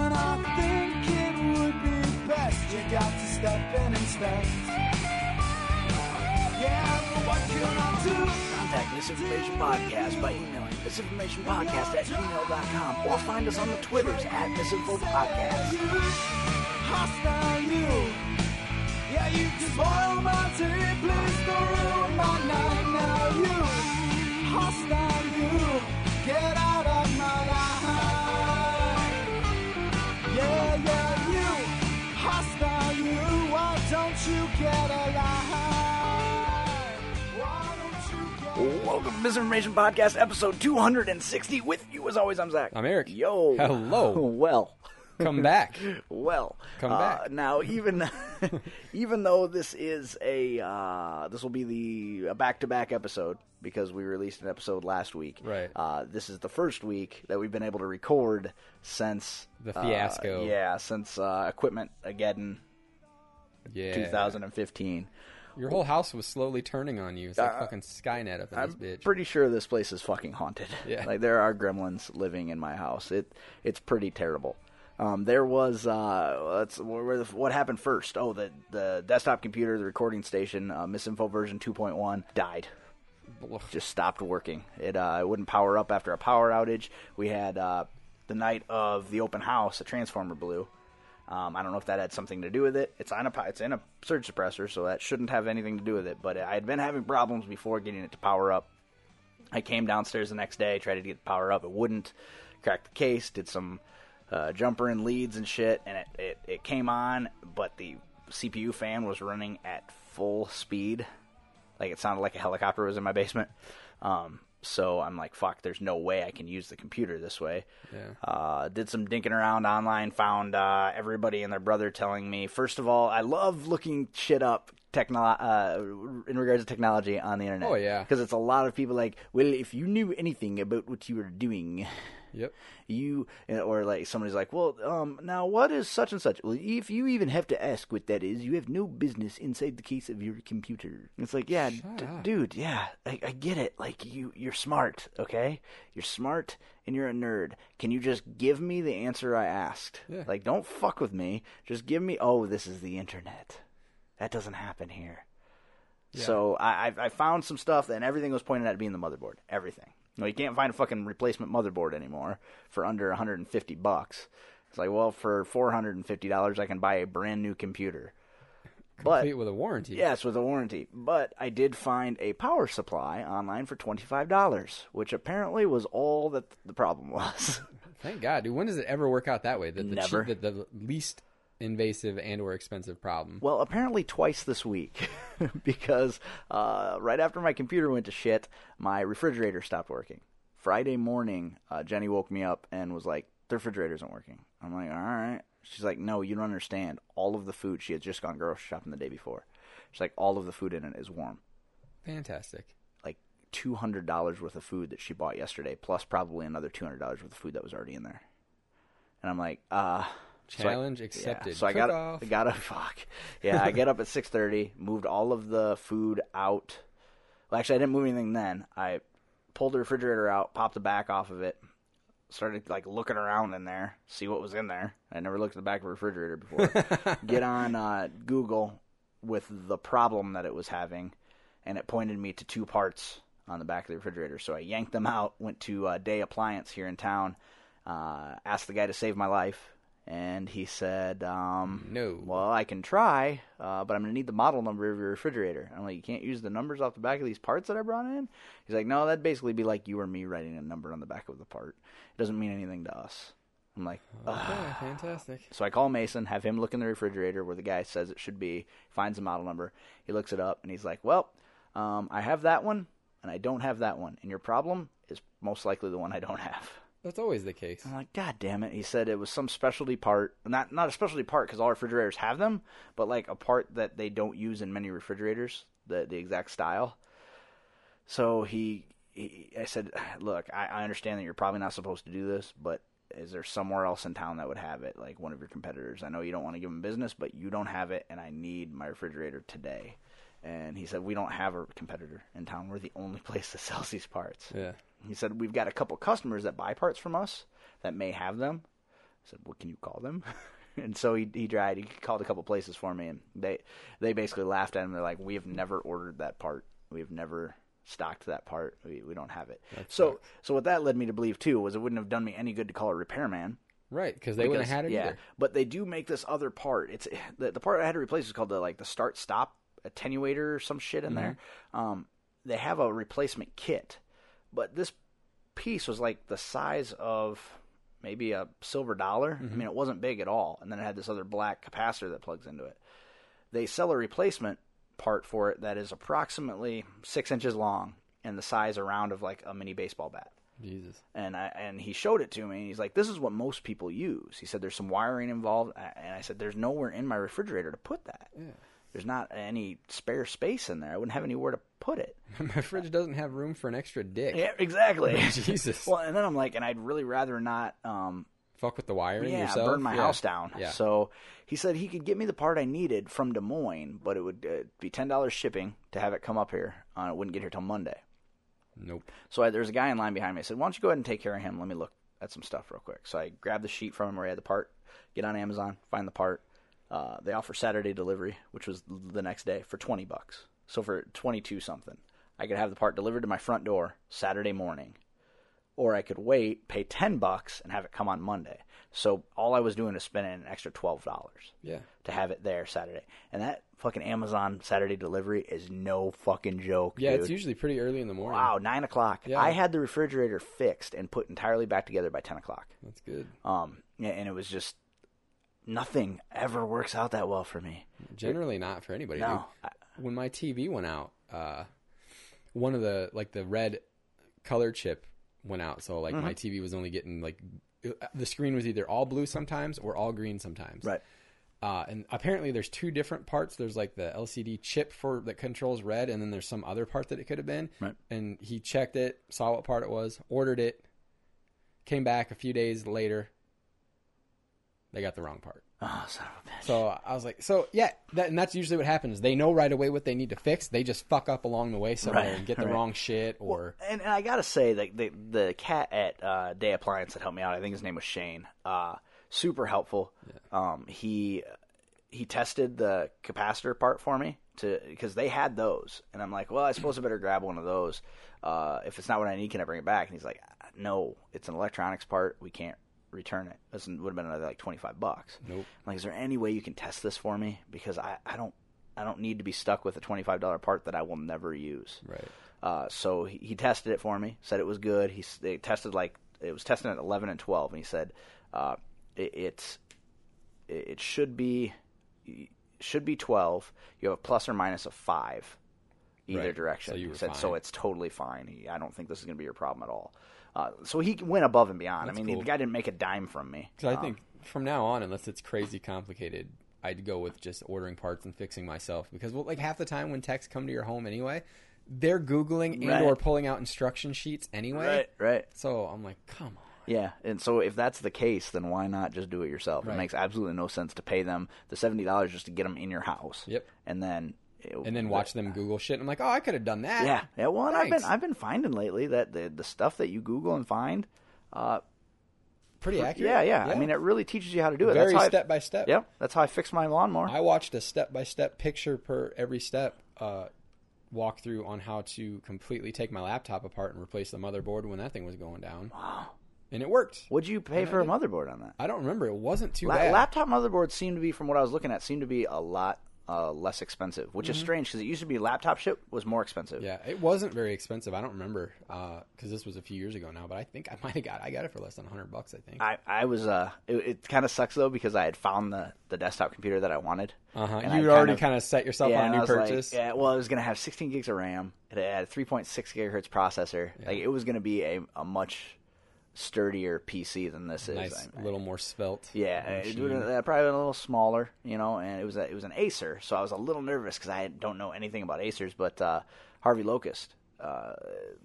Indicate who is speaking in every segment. Speaker 1: And I think it would be best you got to step in and step. Yeah, but what can I do?
Speaker 2: Contact Misinformation Podcast by emailing misinformationpodcast at gmail.com or find us on the Twitters at Misinfo Podcast.
Speaker 1: Hostile you. Yeah, you can spoil my day, please don't ruin my night. Now you, hostile you, get out of my life. Yeah, yeah, you, hostile you. Why don't you get alive? Why don't you get
Speaker 2: Welcome to Misinformation Podcast, episode 260. With you, as always, I'm Zach.
Speaker 3: I'm Eric.
Speaker 2: Yo.
Speaker 3: Hello.
Speaker 2: Well.
Speaker 3: Come back.
Speaker 2: Well,
Speaker 3: Come
Speaker 2: uh,
Speaker 3: back.
Speaker 2: now. Even even though this is a uh, this will be the a back to back episode because we released an episode last week.
Speaker 3: Right.
Speaker 2: Uh, this is the first week that we've been able to record since
Speaker 3: The
Speaker 2: uh,
Speaker 3: fiasco.
Speaker 2: yeah, since uh, equipment again,
Speaker 3: Yeah.
Speaker 2: 2015.
Speaker 3: Your whole house was slowly turning on you. It's like fucking Skynet up in
Speaker 2: Uh, I'm
Speaker 3: this bitch.
Speaker 2: pretty sure this place is fucking haunted.
Speaker 3: Yeah.
Speaker 2: Like there are gremlins living in my house. It it's pretty terrible. Um, there was uh, let's where, where the, what happened first? Oh, the the desktop computer, the recording station, uh, misinfo version 2.1 died.
Speaker 3: Ugh.
Speaker 2: Just stopped working. It uh, it wouldn't power up after a power outage. We had uh, the night of the open house, a transformer blew. Um, I don't know if that had something to do with it. It's on a po- it's in a surge suppressor, so that shouldn't have anything to do with it. But I had been having problems before getting it to power up. I came downstairs the next day, tried to get the power up. It wouldn't. Cracked the case, did some uh, jumper and leads and shit, and it, it, it came on, but the CPU fan was running at full speed. Like it sounded like a helicopter was in my basement. Um, so I'm like, fuck, there's no way I can use the computer this way. Uh, did some dinking around online, found uh, everybody and their brother telling me, first of all, I love looking shit up. Techno- uh, in regards to technology on the internet.
Speaker 3: Oh, yeah.
Speaker 2: Because it's a lot of people like, well, if you knew anything about what you were doing,
Speaker 3: Yep.
Speaker 2: you or like somebody's like, well, um, now what is such and such? Well, if you even have to ask what that is, you have no business inside the case of your computer. It's like, yeah, d- dude, yeah, I, I get it. Like you, you're smart, okay? You're smart and you're a nerd. Can you just give me the answer I asked?
Speaker 3: Yeah.
Speaker 2: Like, don't fuck with me. Just give me. Oh, this is the internet. That doesn't happen here. So I, I I found some stuff, and everything was pointed at being the motherboard. Everything. No, you can't find a fucking replacement motherboard anymore for under 150 bucks. It's like, well, for 450 dollars, I can buy a brand new computer. But
Speaker 3: Complete with a warranty.
Speaker 2: Yes, with a warranty. But I did find a power supply online for $25, which apparently was all that the problem was.
Speaker 3: Thank God, dude. When does it ever work out that way? That the
Speaker 2: Never.
Speaker 3: Cheap, that the least invasive and or expensive problem.
Speaker 2: Well, apparently twice this week, because uh, right after my computer went to shit, my refrigerator stopped working. Friday morning, uh, Jenny woke me up and was like, "The refrigerator isn't working." I'm like, "All right." She's like, "No, you don't understand. All of the food she had just gone grocery shopping the day before. She's like, all of the food in it is warm.
Speaker 3: Fantastic.
Speaker 2: Like two hundred dollars worth of food that she bought yesterday, plus probably another two hundred dollars worth of food that was already in there." And I'm like, "Uh." she's like,
Speaker 3: Challenge accepted.
Speaker 2: yeah, so I got
Speaker 3: Cook-off.
Speaker 2: I got to fuck. Yeah, I get up at six thirty, moved all of the food out. Well, actually, I didn't move anything then. I pulled the refrigerator out, popped the back off of it, started like looking around in there, see what was in there. I never looked at the back of a refrigerator before. get on uh, Google with the problem that it was having, and it pointed me to two parts on the back of the refrigerator. So I yanked them out, went to uh, Day Appliance here in town, uh, asked the guy to save my life, and he said, um,
Speaker 3: No.
Speaker 2: Well, I can try, uh, but I'm going to need the model number of your refrigerator. And I'm like, You can't use the numbers off the back of these parts that I brought in? He's like, No, that'd basically be like you or me writing a number on the back of the part. It doesn't mean anything to us. I'm like, Ugh.
Speaker 3: Yeah, Ah, fantastic.
Speaker 2: So I call Mason, have him look in the refrigerator where the guy says it should be, finds the model number. He looks it up and he's like, Well, um, I have that one and I don't have that one. And your problem is most likely the one I don't have.
Speaker 3: That's always the case.
Speaker 2: I'm like, God damn it. He said it was some specialty part. Not not a specialty part because all refrigerators have them, but like a part that they don't use in many refrigerators, the, the exact style. So he, he I said, Look, I, I understand that you're probably not supposed to do this, but is there somewhere else in town that would have it, like one of your competitors? I know you don't want to give them business, but you don't have it, and I need my refrigerator today. And he said, We don't have a competitor in town. We're the only place that sells these parts.
Speaker 3: Yeah.
Speaker 2: He said, We've got a couple customers that buy parts from us that may have them. I said, What can you call them? and so he he tried. He called a couple places for me, and they they basically laughed at him. They're like, We have never ordered that part. We have never stocked that part. We we don't have it. so so what that led me to believe too was it wouldn't have done me any good to call a repairman.
Speaker 3: Right, because they wouldn't
Speaker 2: because-
Speaker 3: have had it
Speaker 2: yeah,
Speaker 3: either.
Speaker 2: but they do make this other part. It's the, the part I had to replace is called the like the start stop attenuator or some shit in there.
Speaker 3: Mm-hmm.
Speaker 2: Um, they have a replacement kit, but this piece was like the size of maybe a silver dollar. I
Speaker 3: Mm-hmm.
Speaker 2: mean, it wasn't big at all, and then it had this other black capacitor that plugs into it. They sell a replacement part for it that is approximately six inches long and the size around of like a mini baseball bat
Speaker 3: Jesus.
Speaker 2: and I and he showed it to me. And he's like, "This is what most people use." He said, "There's some wiring involved," a- and I said, "There's nowhere in my refrigerator to put that. There's not any spare space in there. I wouldn't have anywhere to put it."
Speaker 3: My fridge doesn't have room for an extra dick.
Speaker 2: Yeah, exactly.
Speaker 3: Jesus.
Speaker 2: well, and then I'm like, and I'd really rather not. Um,
Speaker 3: Fuck with the wiring
Speaker 2: yeah,
Speaker 3: yourself.
Speaker 2: burn my
Speaker 3: Yeah.
Speaker 2: house down.
Speaker 3: Yeah.
Speaker 2: So he said he could get me the part I needed from Des Moines, but it would uh, be ten dollars shipping to have it come up here. Uh, it wouldn't get here till Monday.
Speaker 3: nope.
Speaker 2: So I, there was a guy in line behind me. I said, "Why don't you go ahead and take care of him? Let me look at some stuff real quick." So I grabbed the sheet from him where he had the part, get on Amazon, find the part. Uh, they offer Saturday delivery, which was the next day for twenty bucks. So for twenty two something, I could have the part delivered to my front door Saturday morning, or I could wait, pay ten bucks, and have it come on Monday. So all I was doing is spending an extra twelve dollars
Speaker 3: Yeah.
Speaker 2: to have it there Saturday, and that fucking Amazon Saturday delivery is no fucking joke.
Speaker 3: Yeah,
Speaker 2: dude.
Speaker 3: it's usually pretty early in the morning.
Speaker 2: Wow, nine o'clock.
Speaker 3: Yeah.
Speaker 2: I had the refrigerator fixed and put entirely back together by ten o'clock.
Speaker 3: That's good.
Speaker 2: Um, yeah, and it was just nothing ever works out that well for me.
Speaker 3: Generally not for anybody.
Speaker 2: No,
Speaker 3: dude. When my TV went out, uh, one of the like the red color chip went out, so like
Speaker 2: Mm-hmm.
Speaker 3: my TV was only getting like the screen was either all blue sometimes or all green sometimes.
Speaker 2: right.
Speaker 3: Uh, and apparently there's two different parts. There's like the LCD chip for that controls red, and then there's some other part that it could have been.
Speaker 2: Right.
Speaker 3: And he checked it, saw what part it was, ordered it, came back a few days later. They got the wrong part.
Speaker 2: Oh, son of a bitch.
Speaker 3: So I was like, so yeah, that, and that's usually what happens. They know right away what they need to fix. They just fuck up along the way somewhere
Speaker 2: Right,
Speaker 3: and get the
Speaker 2: right.
Speaker 3: wrong shit or
Speaker 2: and, and I gotta say, like the the cat at uh, Day Appliance that helped me out. I think his name was Shane. Uh, super helpful. Um, he he tested the capacitor part for me to because they had those, and I'm like, well, I suppose I better grab one of those. Uh, if it's not what I need, can I bring it back? And he's like, no, it's an electronics part. We can't return it. This would have been another like 25 bucks. Nope. like, is there any way you can test this for me? Because I, I don't. I don't need to be stuck with a twenty-five dollar part that I will never use.
Speaker 3: right.
Speaker 2: Uh, so he, he tested it for me, said it was good. He s- they tested like it was tested at 11 and 12, and he said uh, it, it's it, it should be should be 12. You have a plus or minus of five either
Speaker 3: Right.
Speaker 2: direction.
Speaker 3: So you
Speaker 2: he
Speaker 3: were
Speaker 2: said so
Speaker 3: fine.
Speaker 2: it's totally fine. He, I don't think this is going to be your problem at all. Uh, so he went above and beyond. I mean, the
Speaker 3: cool.
Speaker 2: guy didn't make a dime from me.
Speaker 3: Because I think from now on, unless it's crazy complicated, I'd go with just ordering parts and fixing myself. Because well, like half the time when techs come to your home anyway, they're googling and
Speaker 2: Right.
Speaker 3: or pulling out instruction sheets anyway.
Speaker 2: right.
Speaker 3: So I'm like, come on.
Speaker 2: Yeah, and so if that's the case, then why not just do it yourself? It
Speaker 3: Right.
Speaker 2: makes absolutely no sense to pay them the seventy dollars just to get them in your house.
Speaker 3: Yep.
Speaker 2: and then
Speaker 3: And then watch them Google shit. And I'm like, oh, I could have done that.
Speaker 2: Yeah, yeah. Well, and I've been
Speaker 3: Thanks.
Speaker 2: I've been finding lately that the the stuff that you Google and find, uh,
Speaker 3: pretty accurate.
Speaker 2: yeah, yeah, I mean, it really teaches you how to do it.
Speaker 3: very
Speaker 2: that's how
Speaker 3: step
Speaker 2: I,
Speaker 3: by step.
Speaker 2: Yep, that's how I fixed my lawnmower.
Speaker 3: I watched a step by step picture per every step uh, walkthrough on how to completely take my laptop apart and replace the motherboard when that thing was going down. Wow. And it worked.
Speaker 2: What'd you pay for a motherboard on that?
Speaker 3: I don't remember. It wasn't too
Speaker 2: La-
Speaker 3: bad.
Speaker 2: laptop motherboards seem to be, from what I was looking at, seem to be a lot uh, less expensive, which is strange because it used to be laptop ship was more expensive.
Speaker 3: Mm-hmm. yeah, it wasn't very expensive. I don't remember because this was a few years ago now. But I think I might have got I got it for less than hundred bucks. I think.
Speaker 2: I, I was uh it, it kind of sucks though because I had found the, the desktop computer that I wanted.
Speaker 3: uh-huh.
Speaker 2: And I
Speaker 3: You
Speaker 2: kind
Speaker 3: already
Speaker 2: of-
Speaker 3: kind of set yourself
Speaker 2: yeah,
Speaker 3: on
Speaker 2: and
Speaker 3: a
Speaker 2: I
Speaker 3: new
Speaker 2: was like,
Speaker 3: purchase.
Speaker 2: yeah, well, it was gonna have 16 gigs of RAM. It had a 3.6 gigahertz processor. Like it was gonna be a, a much sturdier PC than this
Speaker 3: Nice,
Speaker 2: is. I-
Speaker 3: a little more svelte.
Speaker 2: Yeah, it would uh, probably a little smaller, you know, and it was a, it was an Acer, so I was a little nervous because I don't know anything about Acers, but uh, Harvey Locust, uh,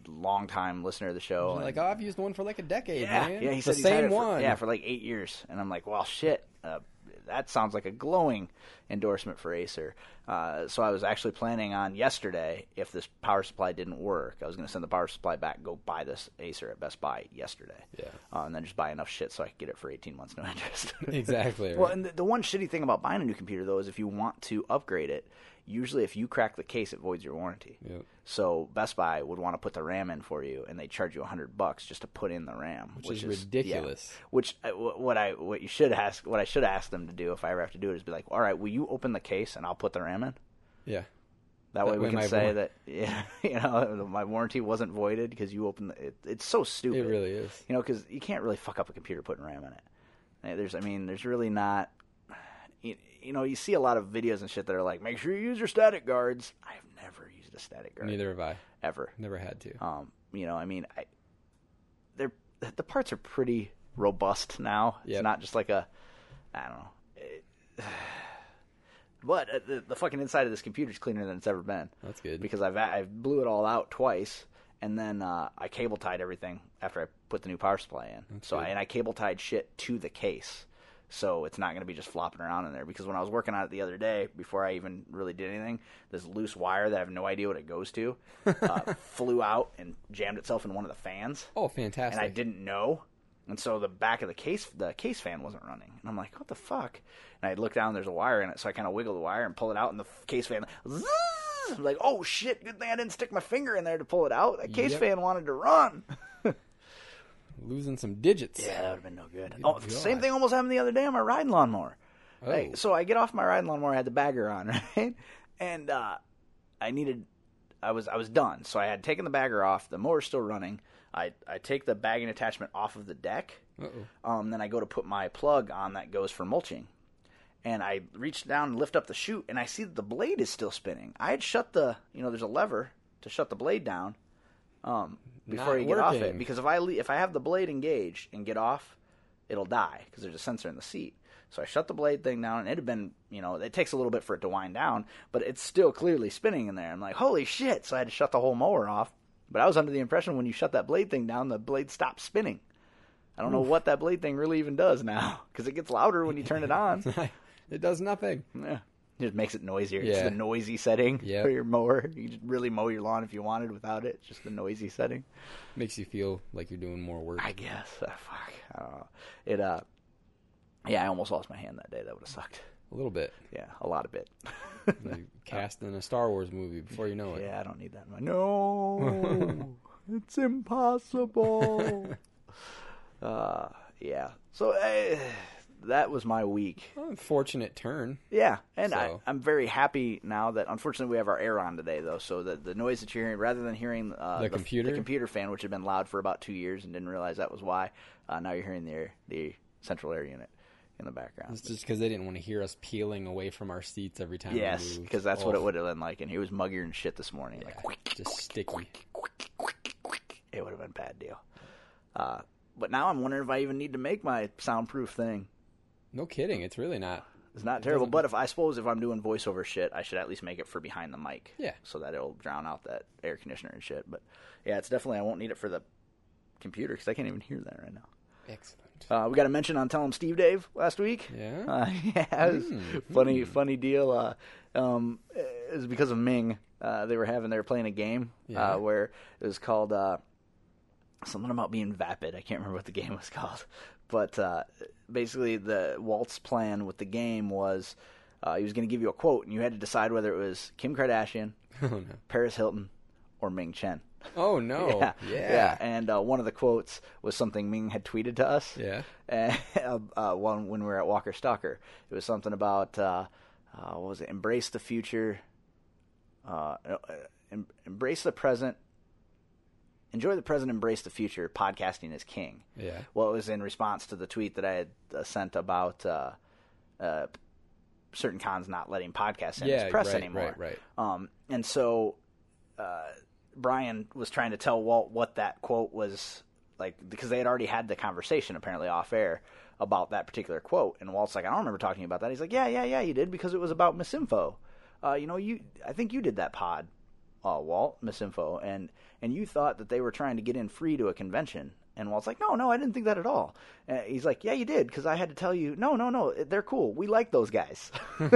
Speaker 2: longtime listener of the show, and-
Speaker 3: Like, oh, I've used one for like a decade,
Speaker 2: yeah,
Speaker 3: man.
Speaker 2: yeah, he
Speaker 3: It's
Speaker 2: said
Speaker 3: the
Speaker 2: he's had
Speaker 3: same
Speaker 2: it for-
Speaker 3: one.
Speaker 2: yeah, for like eight years, and I'm like, well, shit, uh, that sounds like a glowing endorsement for Acer. Uh, so I was actually planning on yesterday, if this power supply didn't work, I was going to send the power supply back, go buy this Acer at Best Buy yesterday,
Speaker 3: Yeah.
Speaker 2: uh, and then just buy enough shit so I could get it for 18 months, no interest.
Speaker 3: Exactly,
Speaker 2: Well,
Speaker 3: right.
Speaker 2: and the, the one shitty thing about buying a new computer though is if you want to upgrade it, usually if you crack the case, it voids your warranty.
Speaker 3: Yep.
Speaker 2: So Best Buy would want to put the RAM in for you, and they charge you hundred bucks just to put in the RAM, which,
Speaker 3: is ridiculous.
Speaker 2: yeah. Which uh, wh- what I what you should ask what I should ask them to do if I ever have to do it is be like, all right, will you open the case and I'll put the RAM in.
Speaker 3: yeah.
Speaker 2: That, way
Speaker 3: way
Speaker 2: we can
Speaker 3: my
Speaker 2: say
Speaker 3: war-
Speaker 2: that yeah, you know my warranty wasn't voided because you opened the, it. It's so stupid.
Speaker 3: It really is.
Speaker 2: You know, because you can't really fuck up a computer putting RAM in it. Uh, There's, I mean, there's really not. You, you know, you see a lot of videos and shit that are like, make sure you use your static guards. I've never used a static guard
Speaker 3: Neither have I.
Speaker 2: ever.
Speaker 3: Never had to.
Speaker 2: Um, you know, I mean, I, they're the parts are pretty robust now. It's
Speaker 3: Yep.
Speaker 2: not just like a, I don't know. It- but uh, the, the fucking inside of this computer is cleaner than it's ever been.
Speaker 3: That's good.
Speaker 2: Because I've I blew it all out twice, and then uh, I cable tied everything after I put the new power supply in. so I, and I cable tied shit to the case. So it's not going to be just flopping around in there because when I was working on it the other day, before I even really did anything, this loose wire that I have no idea what it goes to uh, flew out and jammed itself in one of the fans
Speaker 3: oh,
Speaker 2: and
Speaker 3: fantastic.
Speaker 2: I didn't know. And so the back of the case, the case fan wasn't running, and I'm like, "What the fuck?" And I look down, there's a wire in it, so I kind of wiggle the wire and pull it out, and the f- case fan, zzzz, I'm like, "Oh shit! Good thing I didn't stick my finger in there to pull it out. That case
Speaker 3: Yep.
Speaker 2: fan wanted to run."
Speaker 3: Losing some digits.
Speaker 2: Yeah, that would have been no good. Oh,
Speaker 3: God.
Speaker 2: same thing almost happened the other day on my riding lawnmower.
Speaker 3: Oh.
Speaker 2: Hey, so I get off my riding lawnmower, I had the bagger on, right? And uh, I needed, I was I was done, so I had taken the bagger off. The mower's still running. I I take the bagging attachment off of the deck. Um, then I go to put my plug on that goes for mulching, and I reach down and lift up the chute, and I see that the blade is still spinning. I had shut the, you know, there's a lever to shut the blade down, um, before
Speaker 3: Not
Speaker 2: you get off it,
Speaker 3: working.
Speaker 2: because if I le- if I have the blade engaged and get off, it'll die because there's a sensor in the seat. So I shut the blade thing down, and it had been, you know, it takes a little bit for it to wind down, but it's still clearly spinning in there. I'm like, holy shit! So I had to shut the whole mower off. But I was under the impression when you shut that blade thing down, the blade stops spinning. I don't know what that blade thing really even does now because it gets louder when you turn it on.
Speaker 3: it does nothing.
Speaker 2: yeah. It just makes it noisier. It's
Speaker 3: Yeah.
Speaker 2: the noisy setting
Speaker 3: Yep.
Speaker 2: for your mower. You could really mow your lawn if you wanted without it. It's just the noisy setting.
Speaker 3: Makes you feel like you're doing more work.
Speaker 2: I guess. Ah, fuck. I don't know. It, uh, yeah, I almost lost my hand that day. That would have sucked.
Speaker 3: a little bit.
Speaker 2: Yeah, a lot of it.
Speaker 3: Like cast in a Star Wars movie before you know it.
Speaker 2: yeah, I don't need that much. No, it's impossible. uh, yeah. So eh, that was my week.
Speaker 3: Unfortunate turn.
Speaker 2: Yeah, and I,
Speaker 3: So-
Speaker 2: I'm very happy now that unfortunately we have our air on today though, so that the noise that you're hearing, rather than hearing uh,
Speaker 3: The computer?
Speaker 2: the computer fan, which had been loud for about two years and didn't realize that was why, uh, now you're hearing the air, the central air unit in the background.
Speaker 3: It's just because they didn't want to hear us peeling away from our seats every time.
Speaker 2: Yes,
Speaker 3: we moved.
Speaker 2: because that's what
Speaker 3: Oh,
Speaker 2: it would have been like, and he was muggier and shit this morning. Like,
Speaker 3: Just sticky.
Speaker 2: it would have been a bad deal. Uh, but now I'm wondering if I even need to make my soundproof thing.
Speaker 3: No kidding. It's really not.
Speaker 2: It's not terrible, but if I suppose if I'm doing voiceover shit, I should at least make it for behind the mic.
Speaker 3: Yeah.
Speaker 2: So that it'll drown out that air conditioner and shit. But yeah, it's definitely I won't need it for the computer because I can't even hear that right now.
Speaker 3: Excellent.
Speaker 2: Uh, we got a mention on Tell 'em Steve Dave last week.
Speaker 3: Yeah?
Speaker 2: Uh, yeah. It was
Speaker 3: Hmm.
Speaker 2: Funny, funny deal. Uh, um, it was because of Ming. Uh, they were having, they were playing a game
Speaker 3: Yeah.
Speaker 2: uh, where it was called uh, something about being vapid. I can't remember what the game was called. But uh, basically, the Walt's plan with the game was Uh, he was going to give you a quote, and you had to decide whether it was Kim Kardashian,
Speaker 3: Oh no.
Speaker 2: Paris Hilton, or Ming Chen.
Speaker 3: Oh no. Yeah.
Speaker 2: And uh, one of the quotes was something Ming had tweeted to us.
Speaker 3: Yeah.
Speaker 2: And, uh, one when we were at Walker Stalker, it was something about uh, uh, what was it? Embrace the future, uh, no, uh, em- embrace the present, enjoy the present, embrace the future. Podcasting is king.
Speaker 3: Yeah.
Speaker 2: Well, it was in response to the tweet that I had uh, sent about uh, uh, certain cons not letting podcasts in
Speaker 3: Yeah,
Speaker 2: as press
Speaker 3: right,
Speaker 2: anymore.
Speaker 3: right, right.
Speaker 2: Um, and so uh, Brian was trying to tell Walt what that quote was like because they had already had the conversation apparently off air about that particular quote. And Walt's like, I don't remember talking about that. He's like, Yeah, yeah, yeah, you did because it was about misinfo. Uh, you know, you I think you did that pod, uh, Walt misinfo, and and you thought that they were trying to get in free to a convention. And Walt's like, no, no, I didn't think that at all. And he's like, yeah, you did, because I had to tell you, no, no, no, they're cool. We like those guys.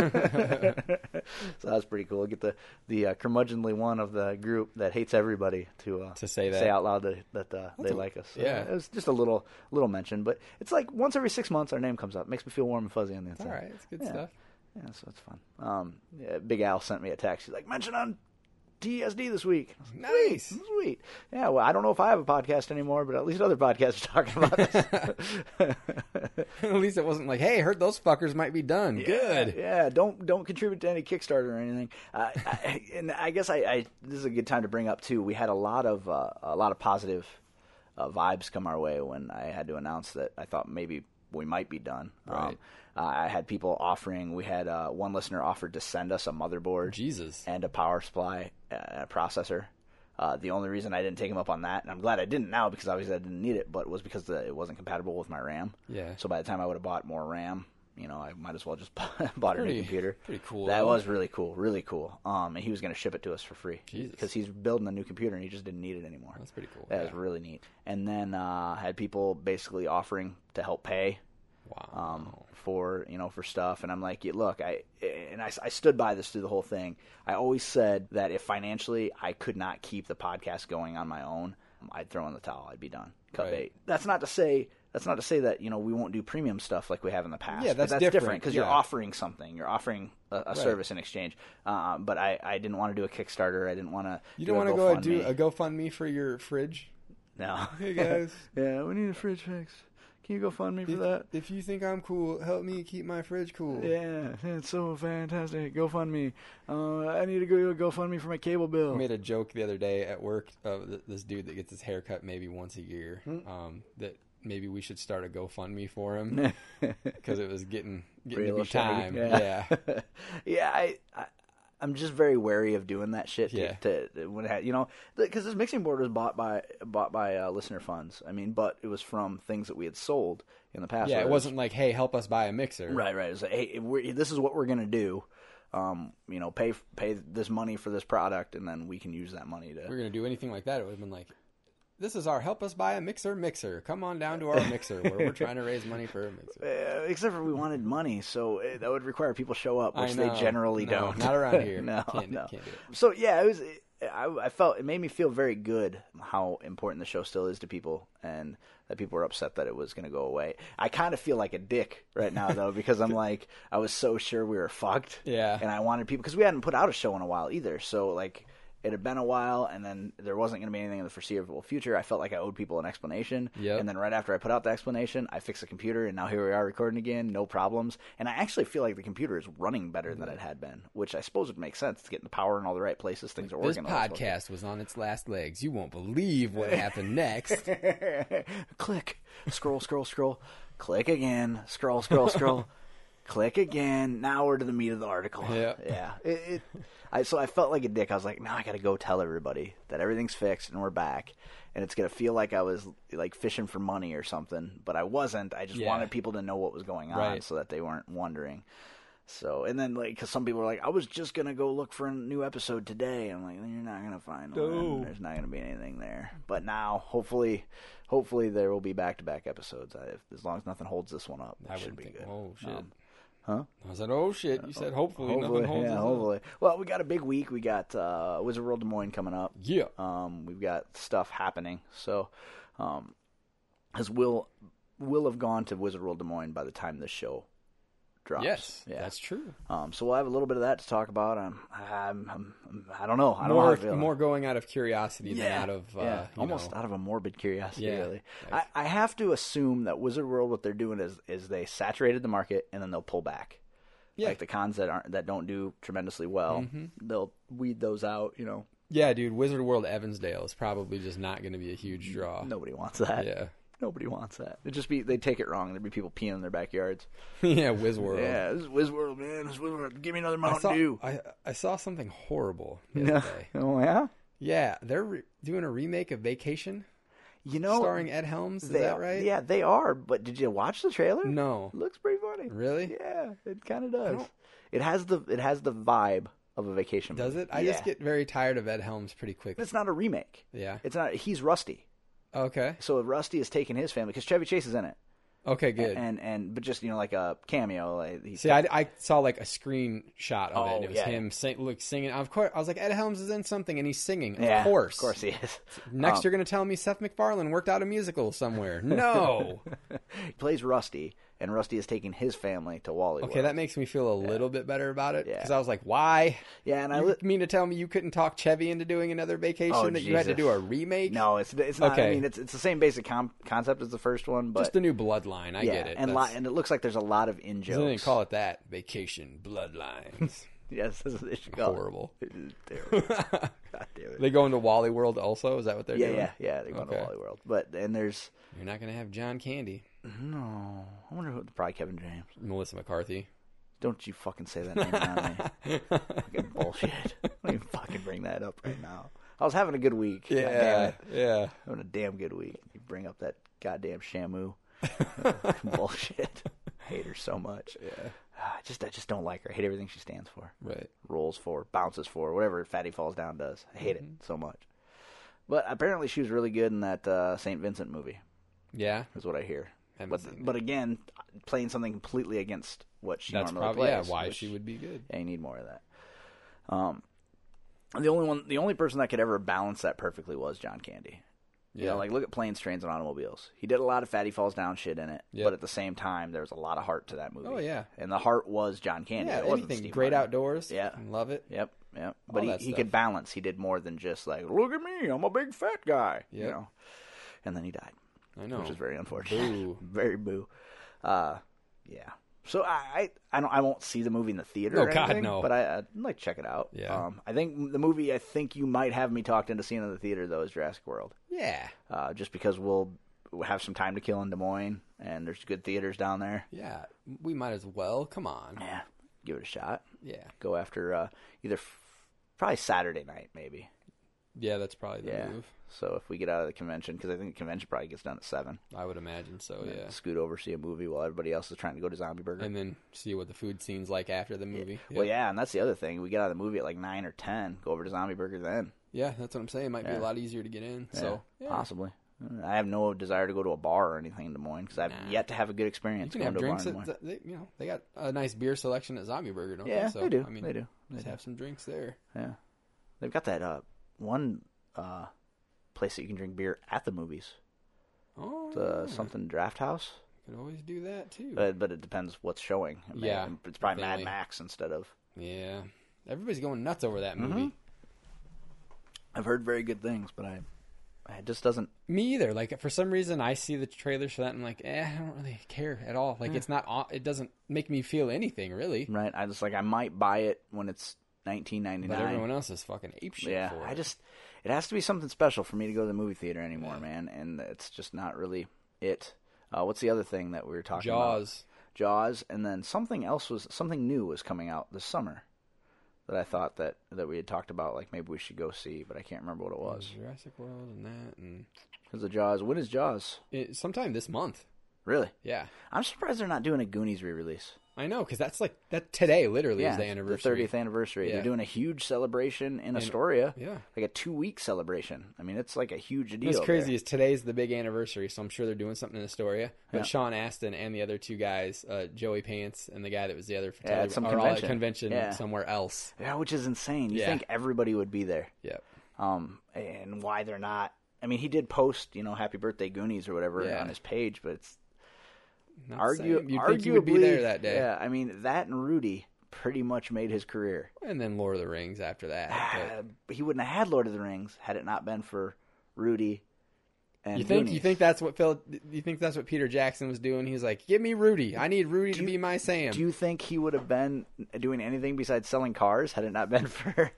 Speaker 2: So that's pretty cool. Get the the uh, curmudgeonly one of the group that hates everybody to uh,
Speaker 3: To say that.
Speaker 2: out loud that, that uh, they like us. So
Speaker 3: yeah.
Speaker 2: it was just a little little mention, but it's like once every six months our name comes up. makes me feel warm and fuzzy on the inside.
Speaker 3: All right, it's good
Speaker 2: Yeah.
Speaker 3: stuff.
Speaker 2: Yeah, so it's fun. Um, yeah, Big Al sent me a text. He's like, mention on TSD this week. I was like,
Speaker 3: Nice.
Speaker 2: Sweet, sweet. Yeah, well, I don't know if I have a podcast anymore, but at least other podcasts are talking about this.
Speaker 3: At least it wasn't like, hey, heard those fuckers might be done. Good.
Speaker 2: Yeah, don't don't contribute to any Kickstarter or anything. Uh, I, and I guess I, I this is a good time to bring up too. We had a lot of uh, a lot of positive uh, vibes come our way when I had to announce that I thought maybe we might be done. Um,
Speaker 3: Right.
Speaker 2: uh, I had people offering. We had uh, one listener offered to send us a motherboard
Speaker 3: Jesus.
Speaker 2: and a power supply uh, and a processor. Uh, the only reason I didn't take him up on that, and I'm glad I didn't now because obviously I didn't need it, but was because the, it wasn't compatible with my RAM.
Speaker 3: Yeah.
Speaker 2: So by the time I would have bought more RAM, you know, I might as well just bought a new
Speaker 3: Pretty-
Speaker 2: computer.
Speaker 3: pretty cool,
Speaker 2: That
Speaker 3: though.
Speaker 2: was really cool, really cool. Um, and he was going to ship it to us for free
Speaker 3: Jesus.
Speaker 2: because he's building a new computer and he just didn't need it anymore.
Speaker 3: That's pretty cool,
Speaker 2: That
Speaker 3: yeah.
Speaker 2: was really neat. And then uh, had people basically offering to help pay
Speaker 3: Wow.
Speaker 2: um, for you know for stuff and i'm like yeah, look i and I, I stood by this through the whole thing i always said that if financially i could not keep the podcast going on my own i'd throw in the towel i'd be done cut
Speaker 3: Right.
Speaker 2: bait that's not to say that's not to say that you know we won't do premium stuff like we have in the past
Speaker 3: Yeah,
Speaker 2: but
Speaker 3: that's
Speaker 2: that's different
Speaker 3: different,
Speaker 2: because you're
Speaker 3: yeah.
Speaker 2: offering something you're offering a, a service in exchange uh, but I, I didn't want to do a kickstarter i didn't want to
Speaker 3: you don't want to go and do a GoFundMe for your fridge?
Speaker 2: no
Speaker 3: Hey guys,
Speaker 2: yeah we need a fridge fix can you go fund me for that
Speaker 3: if, if you think I'm cool, help me keep my fridge cool.
Speaker 2: Yeah, it's so fantastic. GoFundMe. Uh, I need to go to a GoFundMe for my cable bill.
Speaker 3: I made a joke the other day at work of th- this dude that gets his haircut maybe once a year.
Speaker 2: Hmm.
Speaker 3: Um, that maybe we should start a GoFundMe for him because it was getting getting
Speaker 2: Real
Speaker 3: to be
Speaker 2: shady,
Speaker 3: time.
Speaker 2: yeah.
Speaker 3: Yeah.
Speaker 2: yeah, I, I, I'm just very wary of doing that shit. To,
Speaker 3: Yeah.
Speaker 2: to, when it ha- you know, because this mixing board was bought by bought by uh, listener funds. I mean, but it was from things that we had sold in the past.
Speaker 3: Yeah,
Speaker 2: whether
Speaker 3: it wasn't like, hey, help us buy a mixer.
Speaker 2: Right, right. It was like, hey, if we're, this is what we're gonna do. Um, you know, pay pay this money for this product, and then we can use that money to
Speaker 3: If we were gonna do anything like that, it would have been like, this is our help us buy a mixer mixer. Come on down to our mixer where we're trying to raise money for a mixer.
Speaker 2: Uh, except for we wanted money, so uh, that would require people show up,
Speaker 3: I
Speaker 2: which they
Speaker 3: know.
Speaker 2: generally
Speaker 3: No,
Speaker 2: don't.
Speaker 3: not around here.
Speaker 2: no,
Speaker 3: Can't-
Speaker 2: no.
Speaker 3: can't do it.
Speaker 2: So yeah, it was. I, I felt it made me feel very good how important the show still is to people, and that people were upset that it was going to go away. I kind of feel like a dick right now though, because I'm like, I was so sure we were fucked.
Speaker 3: Yeah.
Speaker 2: and I wanted people because we hadn't put out a show in a while either. So like. It had been a while, and then there wasn't going to be anything in the foreseeable future. I felt like I owed people an explanation,
Speaker 3: Yep.
Speaker 2: and then right after I put out the explanation, I fixed the computer, and now here we are recording again, no problems. And I actually feel like the computer is running better
Speaker 3: Mm.
Speaker 2: than it had been, which I suppose would make sense. It's getting the power in all the right places, things are
Speaker 3: This
Speaker 2: organized.
Speaker 3: podcast was on its last legs. You won't believe what happened next.
Speaker 2: Click, scroll, scroll, scroll, click again, scroll, scroll, scroll, click again. Now we're to the meat of the article.
Speaker 3: Yeah.
Speaker 2: yeah. It, it, I, so I felt like a dick. I was like, now I got to go tell everybody that everything's fixed and we're back. And it's gonna feel like I was like fishing for money or something, but I wasn't. I just
Speaker 3: Yeah.
Speaker 2: wanted people to know what was going on
Speaker 3: Right.
Speaker 2: so that they weren't wondering. So and then like because some people are like, I was just gonna go look for a new episode today. I'm like, you're not gonna find one. There's not gonna be anything there. But now, hopefully, hopefully there will be back to back episodes. I, if, as long as nothing holds this one up, it
Speaker 3: I
Speaker 2: should
Speaker 3: wouldn't
Speaker 2: be
Speaker 3: think.
Speaker 2: good.
Speaker 3: Oh shit.
Speaker 2: Um,
Speaker 3: I said, oh shit. You said hopefully,
Speaker 2: hopefully,
Speaker 3: nothing holds
Speaker 2: yeah,
Speaker 3: us up.
Speaker 2: hopefully. Well, we got a big week. We got uh, Wizard World Des Moines coming up.
Speaker 3: Yeah.
Speaker 2: Um, we've got stuff happening. So, um, as will will have gone to Wizard World Des Moines by the time this show drops.
Speaker 3: Yes,
Speaker 2: yeah.
Speaker 3: that's true.
Speaker 2: Um, so we'll have a little bit of that to talk about. Um, I'm, I'm, I'm, I don't know. I don't know. how
Speaker 3: More,
Speaker 2: I feel.
Speaker 3: more going out of curiosity than
Speaker 2: yeah,
Speaker 3: out of uh,
Speaker 2: yeah.
Speaker 3: you
Speaker 2: almost
Speaker 3: know,
Speaker 2: out of a morbid curiosity.
Speaker 3: Yeah.
Speaker 2: Really, I, I have to assume that Wizard World, what they're doing is is they saturated the market and then they'll pull back.
Speaker 3: Yeah. Mm-hmm.
Speaker 2: Like the cons that aren't that don't do tremendously well, they'll weed those out. You know,
Speaker 3: yeah, dude. Wizard World Evansdale is probably just not going to be a huge draw.
Speaker 2: nobody wants that.
Speaker 3: Yeah,
Speaker 2: Nobody wants that. It'd just be they take it wrong. There'd be people peeing in their backyards.
Speaker 3: yeah, Wiz World.
Speaker 2: Yeah, this is Wiz World, man. This is Wiz World. Give me another
Speaker 3: I
Speaker 2: Mountain
Speaker 3: saw,
Speaker 2: Dew.
Speaker 3: I, I saw something horrible the
Speaker 2: Yeah.
Speaker 3: other day.
Speaker 2: Oh yeah.
Speaker 3: Yeah, they're re- doing a remake of Vacation
Speaker 2: You know,
Speaker 3: starring Ed Helms. Is
Speaker 2: they,
Speaker 3: that right?
Speaker 2: Yeah, they are. But did you watch the trailer?
Speaker 3: No.
Speaker 2: looks pretty funny.
Speaker 3: Really?
Speaker 2: Yeah, it kind of does. It has the it has the vibe of a vacation.
Speaker 3: Does
Speaker 2: movie.
Speaker 3: it? I
Speaker 2: Yeah.
Speaker 3: just get very tired of Ed Helms pretty quick.
Speaker 2: But it's not a remake.
Speaker 3: Yeah.
Speaker 2: It's not. He's Rusty.
Speaker 3: Okay.
Speaker 2: So Rusty is taking his family because Chevy Chase is in it,
Speaker 3: Okay. Good.
Speaker 2: and and but just you know like a cameo. Like he's
Speaker 3: See, I, I saw like a screenshot of it. And
Speaker 2: Oh,
Speaker 3: it was
Speaker 2: yeah.
Speaker 3: him sing, look singing. Of course, I was like, Ed Helms is in something, and he's singing. Of
Speaker 2: yeah,
Speaker 3: course,
Speaker 2: of course he is. Um,
Speaker 3: Next, you're gonna tell me Seth MacFarlane worked out a musical somewhere. No.
Speaker 2: He plays Rusty, and Rusty is taking his family to Wally.
Speaker 3: okay,
Speaker 2: World.
Speaker 3: that makes me feel a little bit better about it
Speaker 2: Yeah.
Speaker 3: because I was like, why?
Speaker 2: yeah, and I
Speaker 3: You
Speaker 2: li-
Speaker 3: mean to tell me you couldn't talk Chevy into doing another vacation
Speaker 2: Oh,
Speaker 3: that you had to
Speaker 2: Jesus.
Speaker 3: do a remake?
Speaker 2: no, it's it's not. I
Speaker 3: Okay.
Speaker 2: mean, it's it's the same basic com- concept as the first one, but
Speaker 3: just a new bloodline. I
Speaker 2: yeah,
Speaker 3: get it.
Speaker 2: and
Speaker 3: That's-
Speaker 2: li- and it looks like there's a lot of in
Speaker 3: they didn't
Speaker 2: jokes.
Speaker 3: call it that. Vacation bloodlines.
Speaker 2: Yes, that's what they should call it.
Speaker 3: Horrible.
Speaker 2: Terrible. God damn it.
Speaker 3: They go into Wally World also. Is that what they're
Speaker 2: yeah,
Speaker 3: doing?
Speaker 2: yeah, yeah. They go to
Speaker 3: Okay.
Speaker 2: Wally World, but and there's
Speaker 3: You're not gonna have John Candy,
Speaker 2: no. I wonder who. Probably Kevin James.
Speaker 3: Melissa McCarthy.
Speaker 2: Don't you fucking say that name on me. fucking bullshit. Don't even fucking bring that up right now. I was having a good week. God damn it.
Speaker 3: yeah.
Speaker 2: Having a damn good week. You bring up that goddamn Shamu. bullshit. I hate her so much. Yeah. I just I just don't like her. I hate everything she stands for.
Speaker 3: Right.
Speaker 2: rolls for, bounces for, whatever Fatty Falls Down does. I hate
Speaker 3: Mm-hmm.
Speaker 2: it so much. But apparently she was really good in that uh, St. Vincent movie,
Speaker 3: Yeah.
Speaker 2: is what I hear.
Speaker 3: Haven't
Speaker 2: But,
Speaker 3: seen it.
Speaker 2: but again, playing something completely against what she
Speaker 3: That's
Speaker 2: normally
Speaker 3: probably yeah,
Speaker 2: plays.
Speaker 3: why
Speaker 2: which-
Speaker 3: she would be good.
Speaker 2: Yeah, you need more of that. Um, the only one, the only person that could ever balance that perfectly was John Candy. You
Speaker 3: Yeah.
Speaker 2: know, like look at Planes, Trains, and Automobiles. He did a lot of Fatty Falls Down shit in it,
Speaker 3: Yeah.
Speaker 2: but at the same time, there was a lot of heart to that movie.
Speaker 3: Oh, yeah.
Speaker 2: and the heart was John Candy.
Speaker 3: Yeah,
Speaker 2: it wasn't
Speaker 3: anything.
Speaker 2: Steve
Speaker 3: Great
Speaker 2: Martin.
Speaker 3: outdoors.
Speaker 2: Yeah.
Speaker 3: Fucking Love it.
Speaker 2: Yep, yep. But
Speaker 3: that
Speaker 2: he, he
Speaker 3: stuff.
Speaker 2: could balance. He did more than just like, look at me, I'm a big fat guy. You
Speaker 3: Yep.
Speaker 2: know. And then he died,
Speaker 3: I know.
Speaker 2: which is very unfortunate.
Speaker 3: Boo.
Speaker 2: very boo. Uh, yeah. So I, I I don't I won't see the movie in the theater.
Speaker 3: Oh,
Speaker 2: or
Speaker 3: God,
Speaker 2: anything,
Speaker 3: no.
Speaker 2: But I, I'd like to check it out.
Speaker 3: Yeah.
Speaker 2: Um, I think the movie I think you might have me talked into seeing in the theater though is Jurassic World,
Speaker 3: Yeah.
Speaker 2: uh, just because we'll we'll have some time to kill in Des Moines, and there's good theaters down there.
Speaker 3: Yeah. We might as well. Come on.
Speaker 2: Yeah. Give it a shot.
Speaker 3: Yeah.
Speaker 2: Go after uh, either f- probably Saturday night maybe.
Speaker 3: Yeah, that's probably the
Speaker 2: Yeah.
Speaker 3: move.
Speaker 2: So if we get out of the convention, because I think the convention probably gets done at seven,
Speaker 3: I would imagine so, Oh, yeah.
Speaker 2: scoot over see a movie while everybody else is trying to go to Zombie Burger.
Speaker 3: And then see what the food scene's like after the movie.
Speaker 2: Well, yeah, and that's the other thing. We get out of the movie at like nine or ten. Go over to Zombie Burger then,
Speaker 3: Yeah, that's what I'm saying. It might be a lot easier to get in. So yeah.
Speaker 2: possibly. I have no desire to go to a bar or anything in Des Moines because I've yet to have a good
Speaker 3: You
Speaker 2: experience
Speaker 3: can
Speaker 2: going
Speaker 3: have
Speaker 2: to a bar
Speaker 3: drinks
Speaker 2: in Des
Speaker 3: at
Speaker 2: Moines.
Speaker 3: they, you know, they got a nice beer selection at Zombie Burger, don't
Speaker 2: Yeah,
Speaker 3: they? So
Speaker 2: they do.
Speaker 3: I mean
Speaker 2: They do. They
Speaker 3: just
Speaker 2: do.
Speaker 3: have some drinks there.
Speaker 2: Yeah, they've got that uh, one uh, place that you can drink beer at the movies.
Speaker 3: Oh
Speaker 2: The uh, something Draft House,
Speaker 3: you could always do that too.
Speaker 2: but but it depends what's showing. I mean,
Speaker 3: Hmm. Yeah,
Speaker 2: it's probably
Speaker 3: definitely.
Speaker 2: Mad Max instead of.
Speaker 3: yeah. Everybody's going nuts over that movie.
Speaker 2: Mm-hmm. I've heard very good things, but I, it just doesn't
Speaker 3: Me either. Like for some reason, I see the trailers for that, and I'm like, eh, I don't really care at all. Like it's not, on- it doesn't make me feel anything really.
Speaker 2: Right. I just like I might buy it when it's nineteen ninety
Speaker 3: But everyone
Speaker 2: nine.
Speaker 3: else is fucking apeshit
Speaker 2: Yeah.
Speaker 3: for it.
Speaker 2: I just it has to be something special for me to go to the movie theater anymore, man. And it's just not really it. Uh, what's the other thing that we were talking about?
Speaker 3: Jaws.
Speaker 2: Jaws, and then something else was something new was coming out this summer that I thought that that we had talked about, like maybe we should go see, but I can't remember what it was.
Speaker 3: Jurassic World and that, and
Speaker 2: Because the Jaws, when is Jaws?
Speaker 3: it, sometime this month.
Speaker 2: Really?
Speaker 3: Yeah,
Speaker 2: I'm surprised they're not doing a Goonies re-release.
Speaker 3: I know because that's like that today. Literally is the anniversary.
Speaker 2: thirtieth anniversary.
Speaker 3: Yeah.
Speaker 2: They're doing a huge celebration in Astoria.
Speaker 3: yeah.
Speaker 2: like a two week celebration. I mean, it's like a huge deal.
Speaker 3: What's
Speaker 2: there.
Speaker 3: crazy is today's the big anniversary, so I'm sure they're doing something in Astoria. But Sean Astin and the other two guys, uh, Joey Pants and the guy that was the other photographer,
Speaker 2: at some
Speaker 3: are all at
Speaker 2: convention.
Speaker 3: convention
Speaker 2: Yeah.
Speaker 3: somewhere else.
Speaker 2: Yeah, which is insane. You
Speaker 3: Yeah.
Speaker 2: think everybody would be there?
Speaker 3: Yep.
Speaker 2: Um, and why they're not? I mean, he did post, you know, "Happy Birthday Goonies" or whatever
Speaker 3: Yeah.
Speaker 2: on his page, but it's
Speaker 3: Not
Speaker 2: Argue,
Speaker 3: saying- you'd
Speaker 2: arguably,
Speaker 3: think he would be there that day.
Speaker 2: Yeah, I mean that and Rudy pretty much made his career.
Speaker 3: And then Lord of the Rings after that.
Speaker 2: Uh, but he wouldn't have had Lord of the Rings had it not been for Rudy.
Speaker 3: But
Speaker 2: And
Speaker 3: you think you
Speaker 2: Goonies.
Speaker 3: think that's what Phil? You think that's what Peter Jackson was doing? He's like, give me Rudy. I need Rudy to
Speaker 2: you-
Speaker 3: be my Sam.
Speaker 2: Do you think he would have been doing anything besides selling cars had it not been for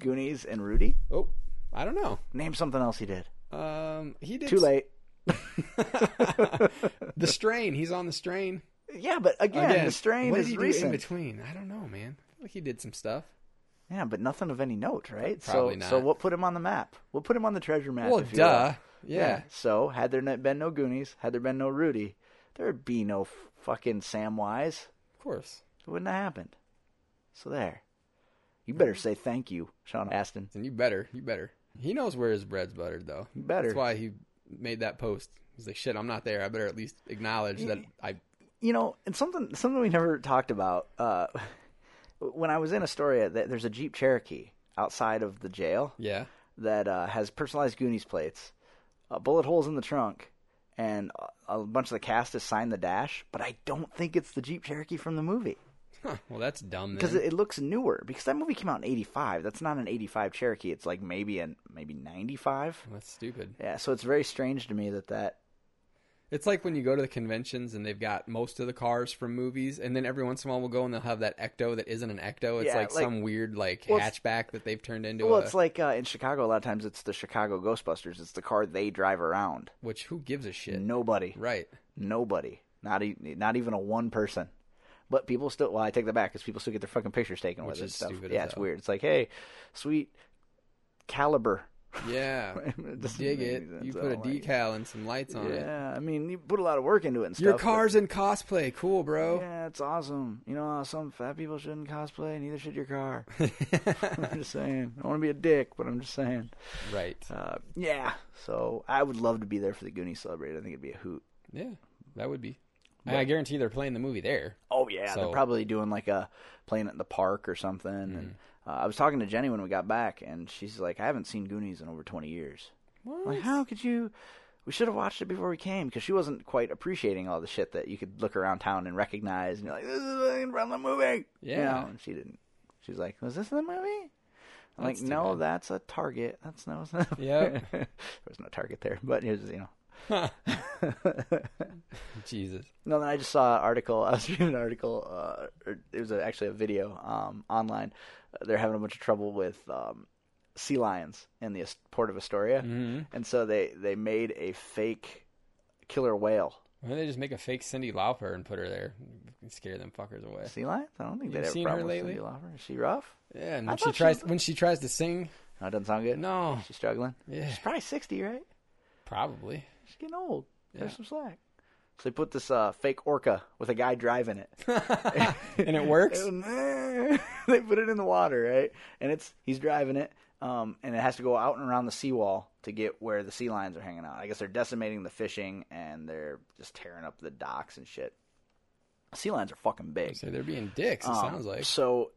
Speaker 2: Goonies and Rudy?
Speaker 3: oh, I don't know.
Speaker 2: Name something else he did.
Speaker 3: Um, he did
Speaker 2: Too late.
Speaker 3: the strain. He's on the strain
Speaker 2: Yeah, but again, the strain
Speaker 3: What
Speaker 2: is
Speaker 3: did he do
Speaker 2: recent.
Speaker 3: in between? I don't know, man. I feel Like he did some stuff.
Speaker 2: Yeah, but nothing of any note, right?
Speaker 3: Probably
Speaker 2: so,
Speaker 3: not.
Speaker 2: so what put him on the map? We'll put him on the treasure map.
Speaker 3: Well,
Speaker 2: if you will.
Speaker 3: duh. Yeah.
Speaker 2: So, had there not been no Goonies, had there been no Rudy, there would be no f- fucking Samwise.
Speaker 3: of course.
Speaker 2: It wouldn't have happened. So there. You better
Speaker 3: Mm-hmm.
Speaker 2: say thank you, Sean Astin.
Speaker 3: And you better, you better. He knows where his bread's buttered, though.
Speaker 2: You better.
Speaker 3: That's why he made that post. He's like, shit, I'm not there. I better at least acknowledge that I.
Speaker 2: you know, and something something we never talked about. Uh, when I was in Astoria, th- there's a Jeep Cherokee outside of the jail
Speaker 3: Yeah.
Speaker 2: that uh, has personalized Goonies plates, uh, bullet holes in the trunk, and a, a bunch of the cast is signed the dash. But I don't think it's the Jeep Cherokee from the movie
Speaker 3: Huh, well, that's dumb.
Speaker 2: because
Speaker 3: Then.
Speaker 2: it, it looks newer. Because that movie came out in '85. That's not an '85 Cherokee. It's like maybe an maybe '95.
Speaker 3: that's stupid.
Speaker 2: Yeah, so it's very strange to me that that.
Speaker 3: It's like when you go to the conventions and they've got most of the cars from movies, and then every once in a while we'll go and they'll have that Ecto that isn't an Ecto. It's
Speaker 2: Yeah,
Speaker 3: like,
Speaker 2: like-
Speaker 3: some weird like
Speaker 2: Well, it's-
Speaker 3: hatchback that they've turned into.
Speaker 2: Well,
Speaker 3: a,
Speaker 2: it's like uh, in Chicago. A lot of times, it's the Chicago Ghostbusters. It's the car they drive around.
Speaker 3: which who gives a shit?
Speaker 2: Nobody.
Speaker 3: Right.
Speaker 2: Nobody. Not e- not even a one person. But people still. Well, I take that back because people still get their fucking pictures taken
Speaker 3: Which
Speaker 2: with it and
Speaker 3: is
Speaker 2: stuff.
Speaker 3: stupid as
Speaker 2: yeah, it's
Speaker 3: hell.
Speaker 2: weird. It's like, hey, sweet caliber.
Speaker 3: Yeah.
Speaker 2: It doesn't
Speaker 3: Dig
Speaker 2: make
Speaker 3: it.
Speaker 2: any sense.
Speaker 3: You
Speaker 2: I
Speaker 3: put a
Speaker 2: don't like it.
Speaker 3: decal and some lights on it.
Speaker 2: Yeah, I mean, you put a lot of work into it and stuff.
Speaker 3: Oh, Your
Speaker 2: but-
Speaker 3: car's in cosplay. Cool, bro.
Speaker 2: Yeah, it's awesome. You know, how some fat people shouldn't cosplay. Neither should your car. I'm just saying. I don't want to be a dick, but I'm just saying.
Speaker 3: Right.
Speaker 2: Uh, yeah. So I would love to be there for the Goonies Celebrate. I think it'd be a hoot.
Speaker 3: Yeah, that would be. I guarantee they're playing the movie there.
Speaker 2: Oh yeah,
Speaker 3: So-
Speaker 2: they're probably doing like a playing it in the park or something.
Speaker 3: Mm.
Speaker 2: And uh, I was talking to Jenny when we got back, and she's like, "I haven't seen Goonies in over twenty years." I'm Like, how could you? We should have watched it before we came because she wasn't quite appreciating all the shit that you could look around town and recognize. And you're like, "This is an incredible movie." You
Speaker 3: Yeah.
Speaker 2: know, and she didn't. She's like, "Was this the movie?" I'm like,
Speaker 3: That's too
Speaker 2: "No,
Speaker 3: bad."
Speaker 2: that's a Target. That's no."
Speaker 3: Yep.
Speaker 2: there was no Target there, but it was, you know.
Speaker 3: Jesus.
Speaker 2: No, then I just saw an article. I was reading an article. Uh, or it was a, actually a video um, online. Uh, They're having a bunch of trouble with um, sea lions in the As- port of Astoria,
Speaker 3: Mm-hmm.
Speaker 2: and so they they made a fake killer whale.
Speaker 3: Why don't they just make a fake Cindy Lauper and put her there? And scare them fuckers away.
Speaker 2: Sea lions? I don't think
Speaker 3: You've
Speaker 2: they'd have a
Speaker 3: seen
Speaker 2: problem
Speaker 3: her
Speaker 2: with
Speaker 3: lately?
Speaker 2: Cyndi Lauper. Is she rough?
Speaker 3: Yeah, and
Speaker 2: I
Speaker 3: when she
Speaker 2: thought she
Speaker 3: tries
Speaker 2: was-
Speaker 3: when she tries to sing,
Speaker 2: No, it doesn't sound good.
Speaker 3: no,
Speaker 2: she's struggling.
Speaker 3: Yeah.
Speaker 2: she's probably sixty, right?
Speaker 3: probably.
Speaker 2: She's getting old. There's
Speaker 3: Yeah.
Speaker 2: some slack. So they put this uh, fake orca with a guy driving it.
Speaker 3: And it works.
Speaker 2: And Oh, they put it in the water, right? And it's he's driving it, um, and it has to go out and around the seawall to get where the sea lions are hanging out. I guess they're decimating the fishing and they're just tearing up the docks and shit. Sea lions are fucking big.
Speaker 3: so they're being dicks. It
Speaker 2: Um,
Speaker 3: sounds like.
Speaker 2: So